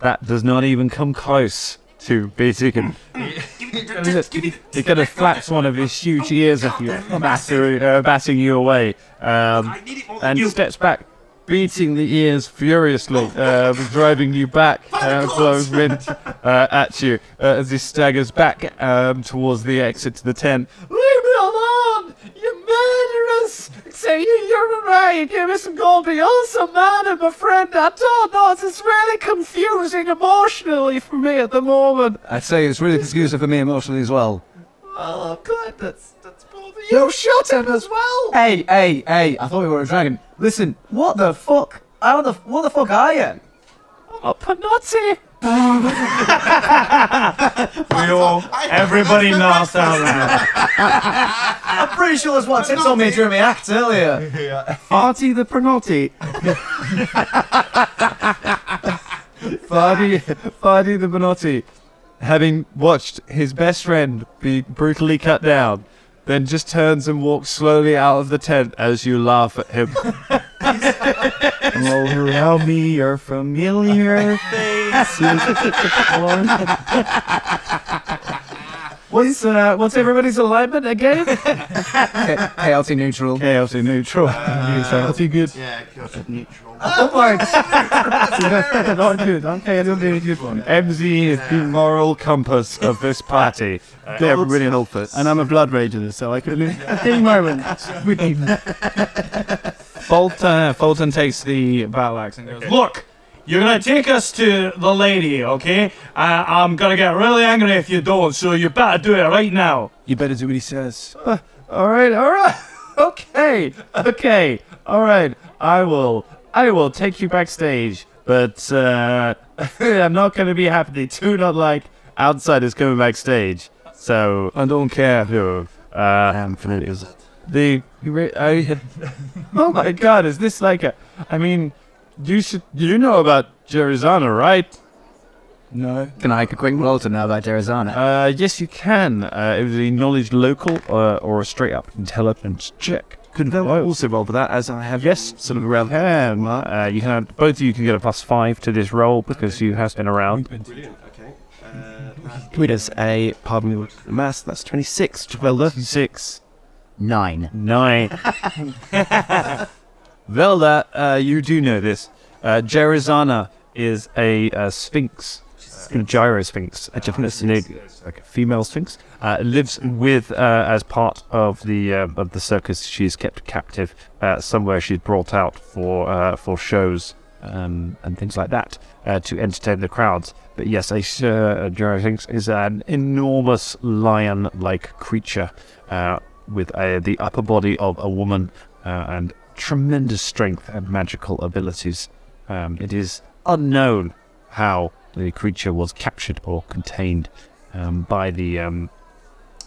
that does not even come close to beating. He's gonna flaps one of his huge ears at you, batter, uh, batting you away, um, and steps back, beating the ears furiously, Oh. uh, driving you back, uh, blowing wind uh, at you uh, as he staggers back um, towards the exit to the tent. Leave me alone! You murderers! So you, you're right. Give me some gold, but you also murdered my friend. I don't know. It's really confusing emotionally for me at the moment. I'd say it's really confusing for me emotionally as well. Oh God, that's that's both of you shot him as well. Hey, hey, hey! I thought we were a dragon. Listen, what the fuck? How the what the fuck are you? Oh, Panotti. We all, everybody laughs out loud. I'm pretty sure that's what Tim told me during my act earlier. Farty the Pranotti. Fadi, Fadi the Bonotti, having watched his best friend be brutally cut down, then just turns and walks slowly out of the tent as you laugh at [LAUGHS] him. All around Oh, me are familiar [LAUGHS] faces. what's, uh, what's everybody's alignment [LAUGHS] again? KLT neutral. KLT neutral. [LAUGHS] KLT good. Uh, Yeah, good. [LAUGHS] Neutral. Oh Not good. Okay, I don't do a good one. MZ is the moral compass of [LAUGHS] this party. Uh, God. everybody help us. And I'm a blood rager, so I could lose a [LAUGHS] thing moment. We need Fulton, Fulton uh, takes the battle axe and goes, Look, you're gonna take us to the lady, okay? Uh, I, I'm gonna get really angry if you don't, so you better do it right now. You better do what he says. Uh, all right, all right, [LAUGHS] okay, okay, all right. I will, I will take you backstage, but uh, [LAUGHS] I'm not going to be happy. They do not like outsiders coming backstage, so I don't care who. Uh, I'm familiar with it. The you re- I, [LAUGHS] oh my god, is this like a? I mean, you should you know about Jerizana, right? No. Can I make a quick roll to know about Derizana? Uh, yes, you can. Uh, it was a knowledge local uh, or a straight up intelligence check. Could I also roll for that as I have yes, sort of around him. Uh, you can both of you can get a plus five to this roll because you have been around. Brilliant, okay. We does a pardon me with the mass. That's twenty six. Velda six. Nine. Nine. [LAUGHS] Velda, uh, you do know this. Uh, Jerizana Uh, is a, uh sphinx, a gyro sphinx, a Japanese like a female sphinx. Uh, lives with uh, as part of the uh, of the circus. She's kept captive uh, somewhere. She's brought out for uh, for shows um, and things like that uh, to entertain the crowds. But yes, a, s- uh, a gyro sphinx is an enormous lion-like creature uh, with uh the upper body of a woman uh, and tremendous strength and magical abilities. Um, it is unknown how the creature was captured or contained um, by the um,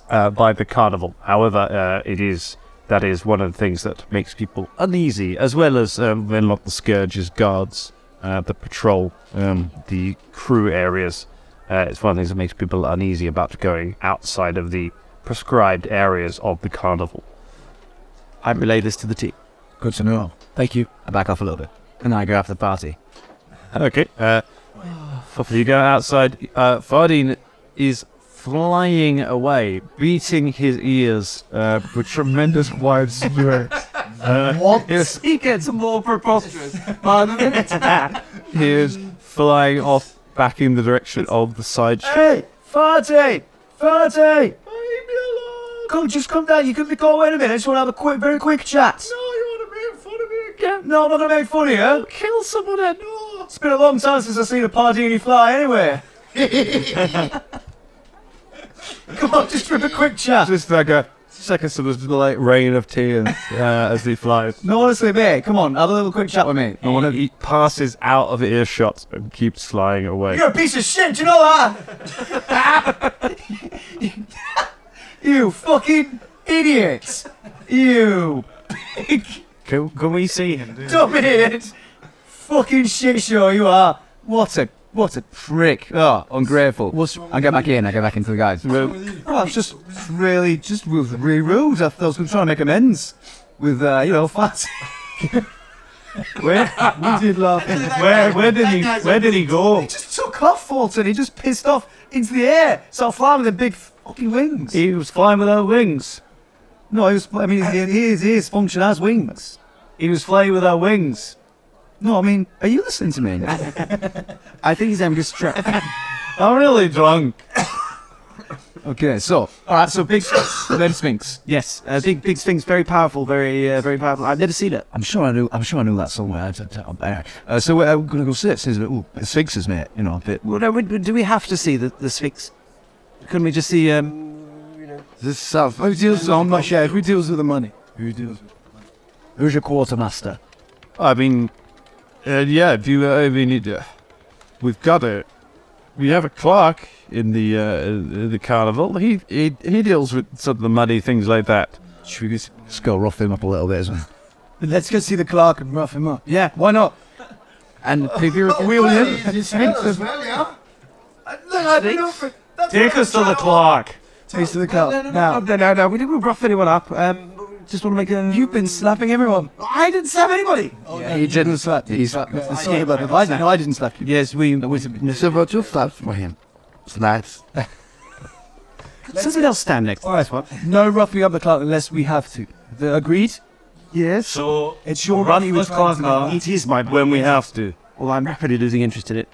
uh, by the carnival. However, uh, it is that is one of the things that makes people uneasy, as well as um, Venlock the Scourge's guards uh, that patrol um, the crew areas. Uh, it's one of the things that makes people uneasy about going outside of the prescribed areas of the carnival. I relay this to the team. Good to know. Thank you. I back off a little bit. And I go after the party. Okay. Uh, off you go outside. Uh, Fardeen is flying away, beating his ears uh, with tremendous [LAUGHS] wide sweat. What? Yes. He gets more preposterous by the minute. [LAUGHS] He is flying off back in the direction of the side. hey, Farty! Farty! Leave me alone! Come, just come down. You can be caught. Wait a minute. I just want to have a quick, very quick chat. No, you want to make fun of me again? No, I'm not going to make fun of you. kill someone, I know. It's been a long time since I've seen a Pardini fly [LAUGHS] anyway. come on, just for a quick chat. Just like a second sort of like rain of tears uh, as he flies. No, honestly, mate, come on, have a little quick chat with me. And one of he passes out of earshot and keeps flying away. You're a piece of shit, do you know that? [LAUGHS] you fucking idiot! You big Can, can we see [LAUGHS] him? dumb idiot! Fucking shit show you are! What a what a prick! Oh, ungrateful. I go back in. I go back into the guys. Oh, I was just really just was really rude. I thought I was trying to make amends with uh, you know fat. [LAUGHS] where we did laugh. Where- where did he- where did he go? He just took off, Fulton. He just pissed off into the air. So flying with the big fucking wings. He was flying without wings. No, he was. I mean, his ears, ears function as wings. He was flying without wings. No, I mean, are you listening to me? I think he's having [LAUGHS] a strap. I'm really drunk. Okay, so all right, so big then Sphinx. Yes, uh, big big Sphinx, very powerful, very uh, very powerful. I've never seen it. I'm sure I knew. I'm sure I knew that somewhere. I don't- I don't- anyway. Uh, so we're uh, gonna go sit. Says, ooh, sphinxes, mate. You know, a bit. Well, no, we- do we have to see the, the Sphinx? Couldn't we just see? Um, This stuff. Who deals? I'm not sure. Who deals with the money? Who deals? With Who's your quartermaster? I mean, uh, yeah. If you, uh, I mean, it, uh, we've got a, we have a clerk in the uh, in the carnival. He he he deals with some of the muddy things like that. Should we just, just go rough him up a little bit as well? let's go see the clerk and rough him up. Yeah, why not? [LAUGHS] And if you're William, Take us to the clock. Taste of the clock. No, no, no, no, no, we didn't rough anyone up. Um, just want to make a. You've been slapping everyone. I didn't stab anybody! Yeah, he didn't slap you. He slapped me. Sorry about that. I, no, I didn't slap you. Yes, we. Several two slaps for him. Slaps. Somebody else stand next. All right, one. No roughing up the clock unless we have to. The, agreed? Yes. So it's your rough money the was clock now. It is my when we have to. Well, I'm rapidly losing interest in it.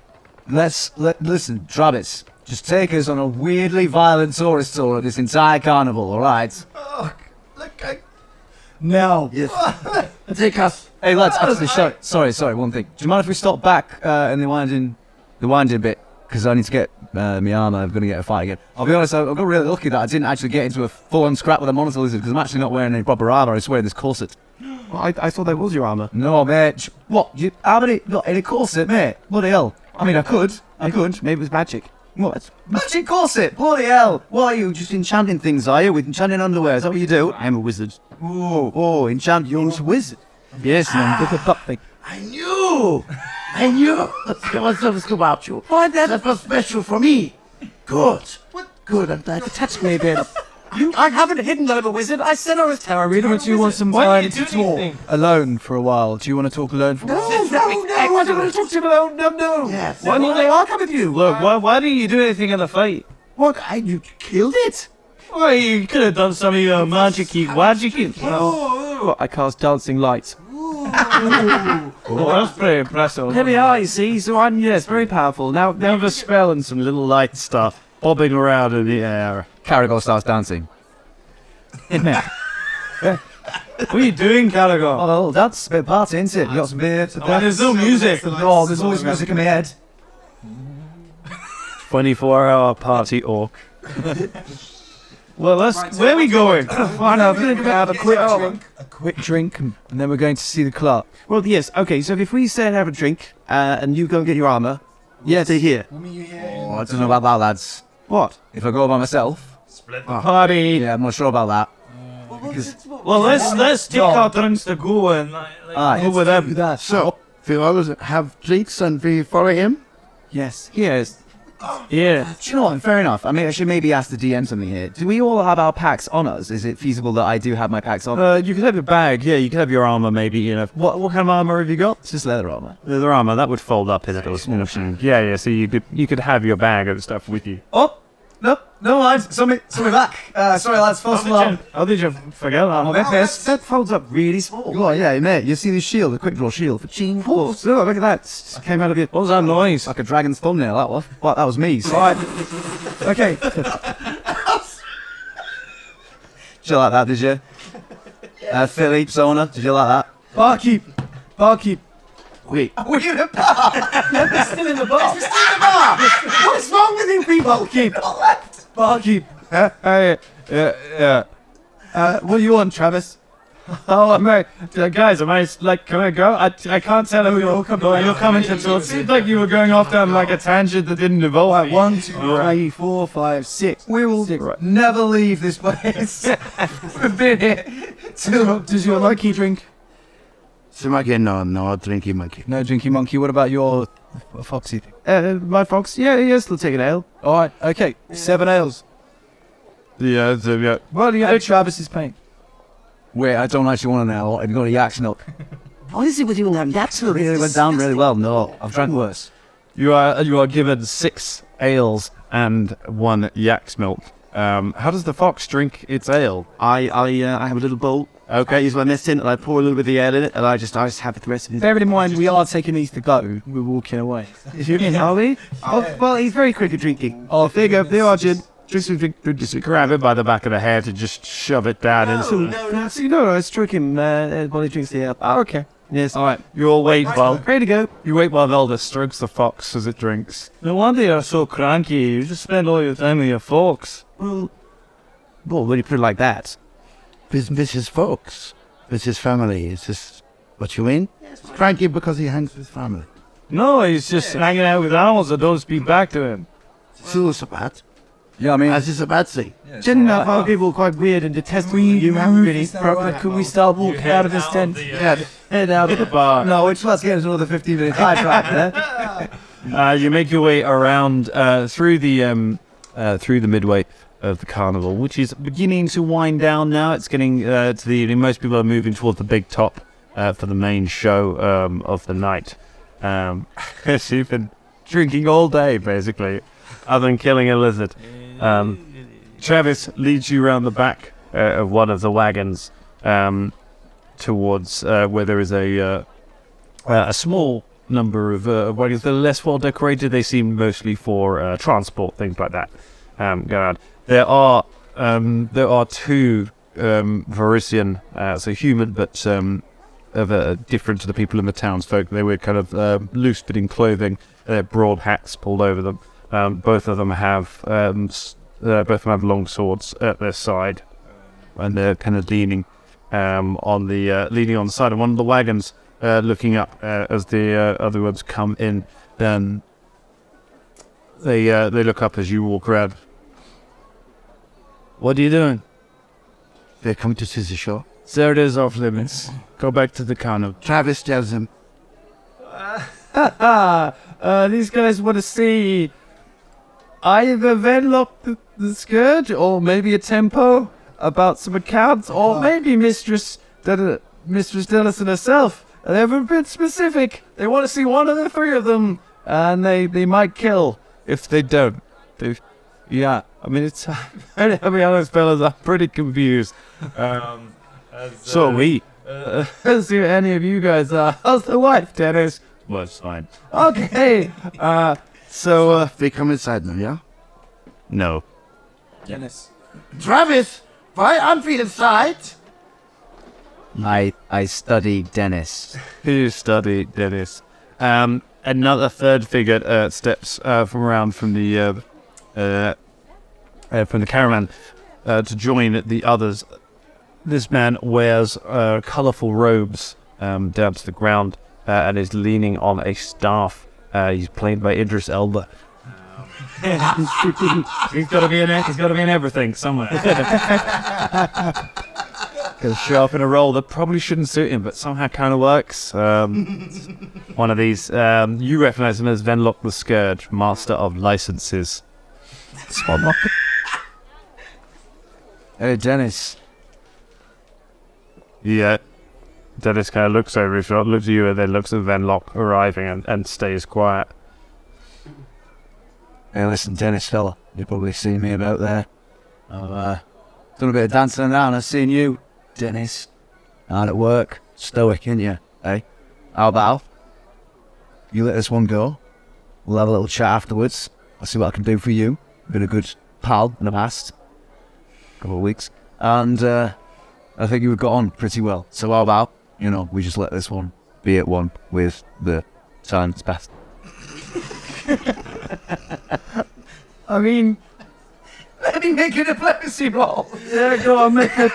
Let's let listen, Travis. Just take us on a weirdly violent tourist tour of this entire carnival, all right? No. Yes. [LAUGHS] Take us. Hey, lads. [LAUGHS] Actually, sorry, sorry, sorry. One thing. Do you mind if we stop back uh, and the winding, the winding bit? Because I need to get uh, my armor. I'm gonna get a fight again. I'll be honest. I, I got really lucky that I didn't actually get into a full-on scrap with a monitor lizard because I'm actually not wearing any proper armor. I just wearing this corset. I, I thought that was your armor. No, mate. Sh- What? You, how many? Not any corset, mate. Bloody hell. I mean, I could. I could. Maybe it was magic. What? Magic corset. Bloody hell. What are you? Just enchanting things, are you? With enchanting underwear? Is that what you do? I'm a wizard. Oh, oh, enchant your wizard. Yes, man. Look at that thing. I knew! I knew there was something about you. Why that? That was special for me. Good. What? Good, I'm glad. Touch me a bit. You, I haven't hidden that I'm a wizard. I said I was Terror Reader. Would you want some Why don't you do anything? Alone for a while. Do you want to talk alone for a while? No, no, no, I don't want to talk to him alone. No, no. Yes. Why not? They are coming with you. Look, why, why didn't you do anything in the fight? What? I, you killed it? Well, you could have done some of your magic-y, wagic I cast dancing lights. [LAUGHS] Oh, that's pretty impressive. Heavy eyes, see? So I'm, yes, very powerful. Now, now the spell and some little light stuff bobbing around in the air. Caragor starts dancing. What are you doing, Caragor? Oh, well, that's a bit party, isn't it? You got some beer. Oh, and there's no music. Oh, there's always music in my head. 24 hour party orc. Well, let's. where are we going? Fine, I'm going to have a quick drink. A quick drink, and then we're going to see the clerk. Well, yes, okay, so if we say have a drink, uh, and you go and get your armor, yeah, stay here. Oh, I don't know about that, lads. What? If I go by myself, Ah. Split. party. Yeah, I'm not sure about that. Well, let's let's take our drinks to go and like, like, Aye. go with them. Oh. So, do others have drinks and we follow him? Yes, yes. Yeah. Do you know what? Fair enough. I mean, I should maybe ask the DM something here. Do we all have our packs on us? Is it feasible that I do have my packs on? Uh, you could have your bag, yeah, you could have your armor maybe, you know. What, what kind of armor have you got? it's just leather armor. Leather armor, that would fold up in a small Yeah, yeah, so you could you could have your bag of stuff with you. Oh, no, no, lads. Somebody, somebody back. Uh, sorry, lads. False alarm. How did you forget that? I'm at this. That folds up really small. Oh, yeah, mate. Oh, You see this shield, the quick draw shield. Ching. Oh, so look at that. It's- it came out of your. What was that noise? Like a dragon's thumbnail, that was. Well, that was me. So. Right. Okay. Did you like that, did you? Uh, Philippe, Sona, did you like that? Barkeep. Barkeep. Wait. We're in a bar. No, we're still in the bar. It's in the bar! What's wrong with you people? Barkeep. Barkeep. Uh, hey, yeah, yeah. Uh, what do you want, Travis? [LAUGHS] Oh, am I, uh, guys, am I like, can I go? I, I can't tell who you're coming. You're coming to. So it seemed like you were going off down like a tangent that didn't involve. Right, one, two, three, four, five, six. We will never leave this [LAUGHS] place. We've been here. Till, does your lucky drink? So, monkey, no, no, drinking monkey. No, drinking monkey. What about your foxy thing? Uh, my fox. Yeah, yes, let's take an ale. All right, okay, seven ales. Yeah, so, yeah. Well, you know Travis is paying. Wait, I don't actually want to know. I've got a yak's milk. What is it with you and that's what It went down really well. No, I've drank worse. You are you are given six ales and one yak's milk. Um, how does the fox drink its ale? I I uh, I have a little bowl. Okay, use my medicine and I pour a little bit of the ale in it and I just I just have the rest of it. Bear in mind, we are taking these to go. We're walking away. Are we? Oh, well, he's very quick at drinking. Oh, figure, the Arjun. Just, just, just grab it by the back of the head and just shove it down. into the- no, no. See, no, no, I struck him uh, while he drinks the ale. Oh, okay. Yes. All right. You all wait while Ready to go. You wait while Velda strokes the fox as it drinks. No wonder you're so cranky. You just spend all your time with your folks. Well, Well, when you put it like that, With Mrs. Folks, with his family. Is this what you mean? Cranky because he hangs with family. No, he's just hanging out with animals that don't speak back to him. This is a bad. Yeah, I mean, As is a bad thing. Didn't that our people are quite weird and detest you have really. Probably, could we start walking out of this tent? Yeah. Head out of the bar. [LAUGHS] No, which let's get us another 15 minutes. I tried [LAUGHS] that. Uh, you make your way around uh, through the um, uh, through the midway of the carnival, which is beginning to wind down now. It's getting uh, to the most people are moving towards the big top uh, for the main show um, of the night. Um, [LAUGHS] so you've been drinking all day, basically, other than killing a lizard. Um, Travis leads you around the back uh, of one of the wagons um, towards uh, where there is a uh, uh, a small number of uh, wagons. They're less well decorated. They seem mostly for uh, transport things like that. Um, going on. There are um, there are two um, Varisian, uh, so human, but um, of uh, different to the people in the townsfolk. They wear kind of uh, loose fitting clothing. Their broad hats pulled over them. Um, both of them have um, s- uh, both of them have long swords at their side, and they're kind of leaning um, on the uh, leaning on the side of one of the wagons, uh, looking up uh, as the uh, other ones come in. Then they uh, they look up as you walk around. What are you doing? They're coming to see the show. There it is off limits. Go back to the carnival. Travis tells him, [LAUGHS] Ah, uh, these guys want to see either Venlock the, the Scourge or maybe a tempo about some accounts or maybe Mistress Del- Mistress Dennison herself. They haven't been specific. They want to see one of the three of them, and they, they might kill If they don't, they yeah. I mean, it's [LAUGHS] I mean, fellas, I'm pretty confused. Um, so we. Uh, [LAUGHS] let's see who any of you guys are. How's the wife, Dennis? Well, it's fine. Okay. Uh, so uh, they come inside now, yeah? No. Dennis. Travis, why aren't we inside? I I study Dennis. Who study Dennis? Um, another third figure uh, steps uh, from around from the uh, uh, uh, from the caravan uh, to join the others. This man wears uh, colourful robes um, down to the ground uh, and is leaning on a staff. Uh, he's played by Idris Elba. [LAUGHS] he's got to be in it. He's got to be in everything somewhere. He'll show up in a role that probably shouldn't suit him, but somehow kind of works. Um, [LAUGHS] one of these, um, you recognize him as Venlock the Scourge, Master of Licenses. Spot on. Hey, Dennis. Yeah. Dennis kind of looks over his shoulder, looks at you, and then looks at Venlock arriving and, and stays quiet. Hey, listen, Dennis, fella. You've probably seen me about there. I've uh, done a bit of dancing around. I've seen you, Dennis. Hard at work. Stoic, ain't you? Hey? How about? You let this one go. We'll have a little chat afterwards. I'll see what I can do for you. Been a good pal in the past. Couple of weeks. And uh, I think you've got on pretty well. So how about, you know, we just let this one be at one with the time that's passed. I mean, let me make a diplomacy roll. Yeah, go on, make it.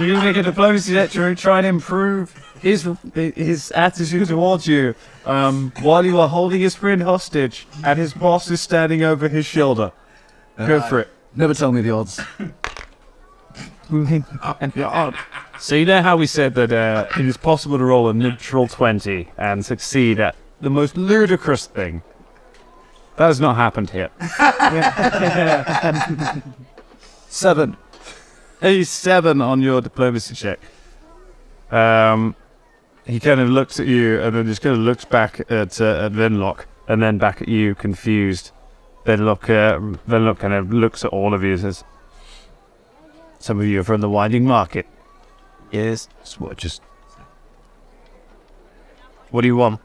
You're gonna make a diplomacy lecture and try and improve his his attitude towards you um, while you are holding his friend hostage and his boss is standing over his shoulder. Uh, Go for it. Never tell me the odds. So you know how we said that uh, it is possible to roll a neutral twenty and succeed at the most ludicrous thing. That has not happened here. seven. A seven on your diplomacy check. Um, he kind of looks at you and then just kind of looks back at uh, at Venlock and then back at you, confused. Venlock, uh, Venlock kind of looks at all of you and says, "Some of you are from the Winding Market." Yes. That's what I just. What do you want?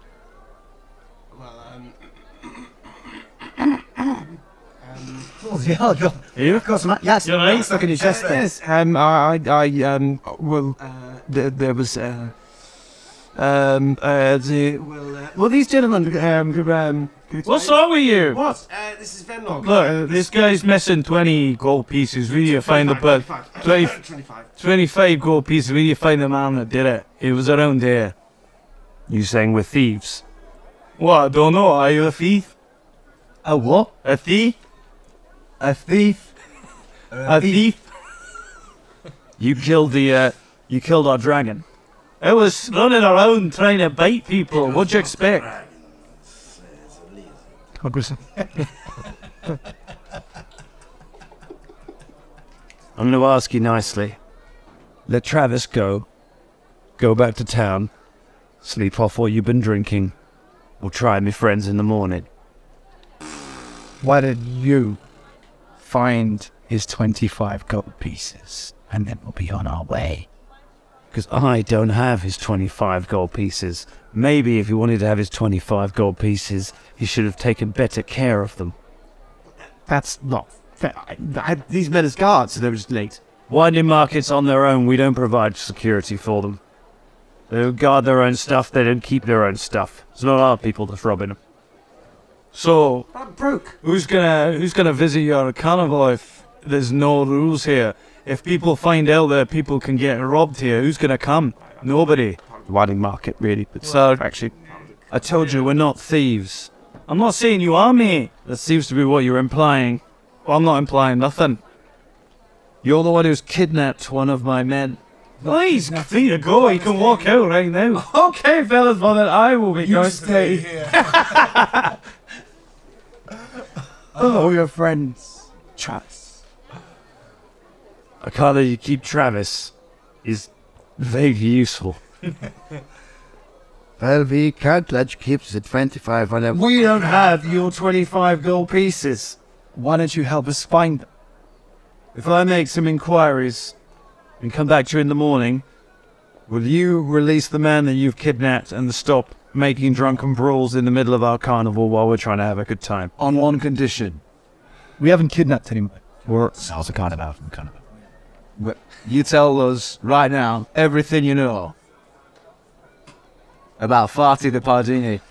Bloody hell, God. You? Got some, yes, You're right. stuck in your chest there. Uh, Yes, um, I, I, I, um, well, there, there was, uh, um, uh, the, well, uh, well, these gentlemen, um, um, What's wrong with you? What? Uh, this is Venlock. Look, uh, this guy's missing 20 gold pieces. We need to find the but 20, 25. 25 gold pieces. We need to find the man that did it. It was around there. You saying we're thieves? What? I don't know. Are you a thief? A what? A thief? A thief? A thief? You killed the. Uh, you killed our dragon. It was running around trying to bite people. What'd you expect? I'm going to ask you nicely. Let Travis go. Go back to town. Sleep off what you've been drinking. We'll try me friends in the morning. Why don't you find his 25 gold pieces and then we'll be on our way? Because I don't have his 25 gold pieces. Maybe if he wanted to have his 25 gold pieces, he should have taken better care of them. That's not fair. I, I, these men as guards, so they were just late. Winding markets on their own, we don't provide security for them. They don't guard their own stuff, they don't keep their own stuff. It's not our people that's robbing them. So I'm broke. Who's gonna Who's gonna visit your carnival if there's no rules here? If people find out that people can get robbed here, who's gonna come? Nobody. Winding market, really. But So actually, I told you we're not thieves. I'm not saying you are, mate. That seems to be what you're implying. Well, I'm not implying nothing. You're the one who's kidnapped one of my men. Well, he's free to go. He can walk out right now. Okay, fellas, well then I will be you going stay here. [LAUGHS] [LAUGHS] oh, your friends, Travis. I can't let you keep Travis. He's vaguely useful. Well, we can't let you keep the 25 on them. We don't have your 25 gold pieces. Why don't you help us find them? If I make some inquiries and come back to you in the morning, Will you release the man that you've kidnapped and stop making drunken brawls in the middle of our carnival while we're trying to have a good time? On one condition. We haven't kidnapped anyone. We're Sounds a carnival from carnival. Well, you tell us right now everything you know about Fatih the Pardini.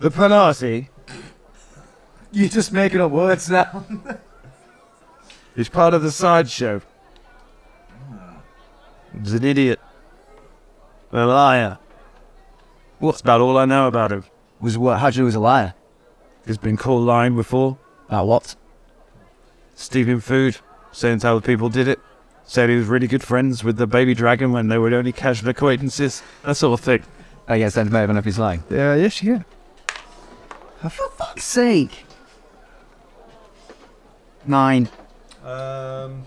The Panati? You're just making up words now. He's part of the sideshow. He's an idiot. A liar. What's about all I know about him? Was what? How'd you know he was a liar? He's been called lying before. About what? Stealing food, saying how the people did it, said he was really good friends with the baby dragon when they were only casual acquaintances, that sort of thing. I guess that may have been if he's lying. Yeah, yes, yeah. For fuck's sake! Nine. Um,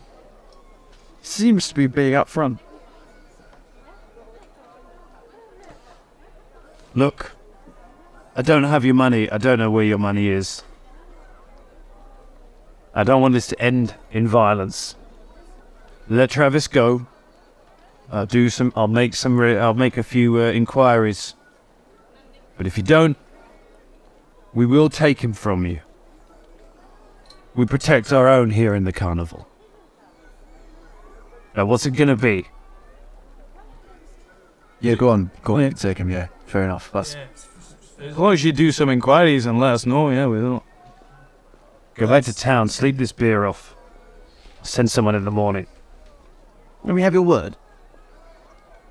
seems to be being up front. Look, I don't have your money. I don't know where your money is. I don't want this to end in violence. Let Travis go. I'll do some. I'll make some. Re- I'll make a few uh, inquiries. But if you don't, we will take him from you. We protect our own here in the carnival. Now, what's it gonna be? Yeah, go on. Go on. Take him, yeah. Fair enough. That's As long as you do some inquiries and let us know, yeah, we'll go back to town, sleep this beer off, send someone in the morning. And we have your word.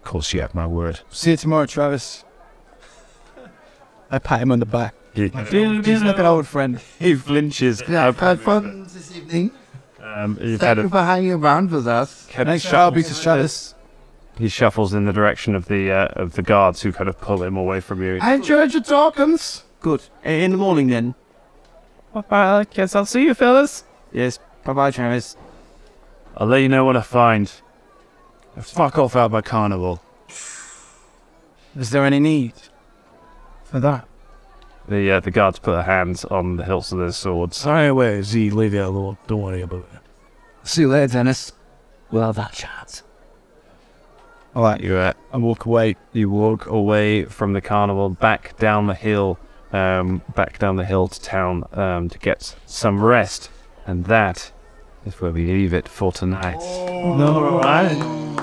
Of course, you have my word. See you tomorrow, Travis. I pat him on the back. He's like an old friend. He flinches. I've had fun this evening. Um, you've had Thank you a, for hanging around with us. Can I I shall be to Travis. he shuffles in the direction of the uh, of the guards who kind of pull him away from you. I enjoyed your talkings. Good. I- In the morning then. I guess I'll see you, fellas. Yes. Bye bye, Travis. I'll let you know what I find. Fuck off out by carnival. Is there any need for that? The uh, the guards put their hands on the hilts of their swords. Sorry, wait, Z, leave it alone. Don't worry about it. See you later, Dennis. We'll have that chat. All right, you're at. I walk away. You walk away from the carnival, back down the hill, um, back down the hill to town um, to get some rest, and that is where we leave it for tonight. All right.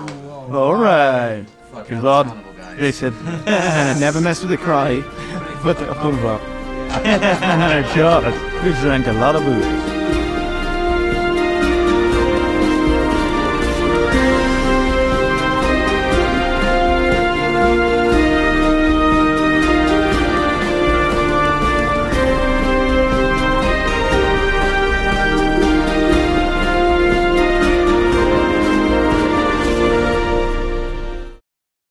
All right. Good lord, listen, [LAUGHS] Never mess with the cry. [LAUGHS] but the up. God, we've drank a lot of booze.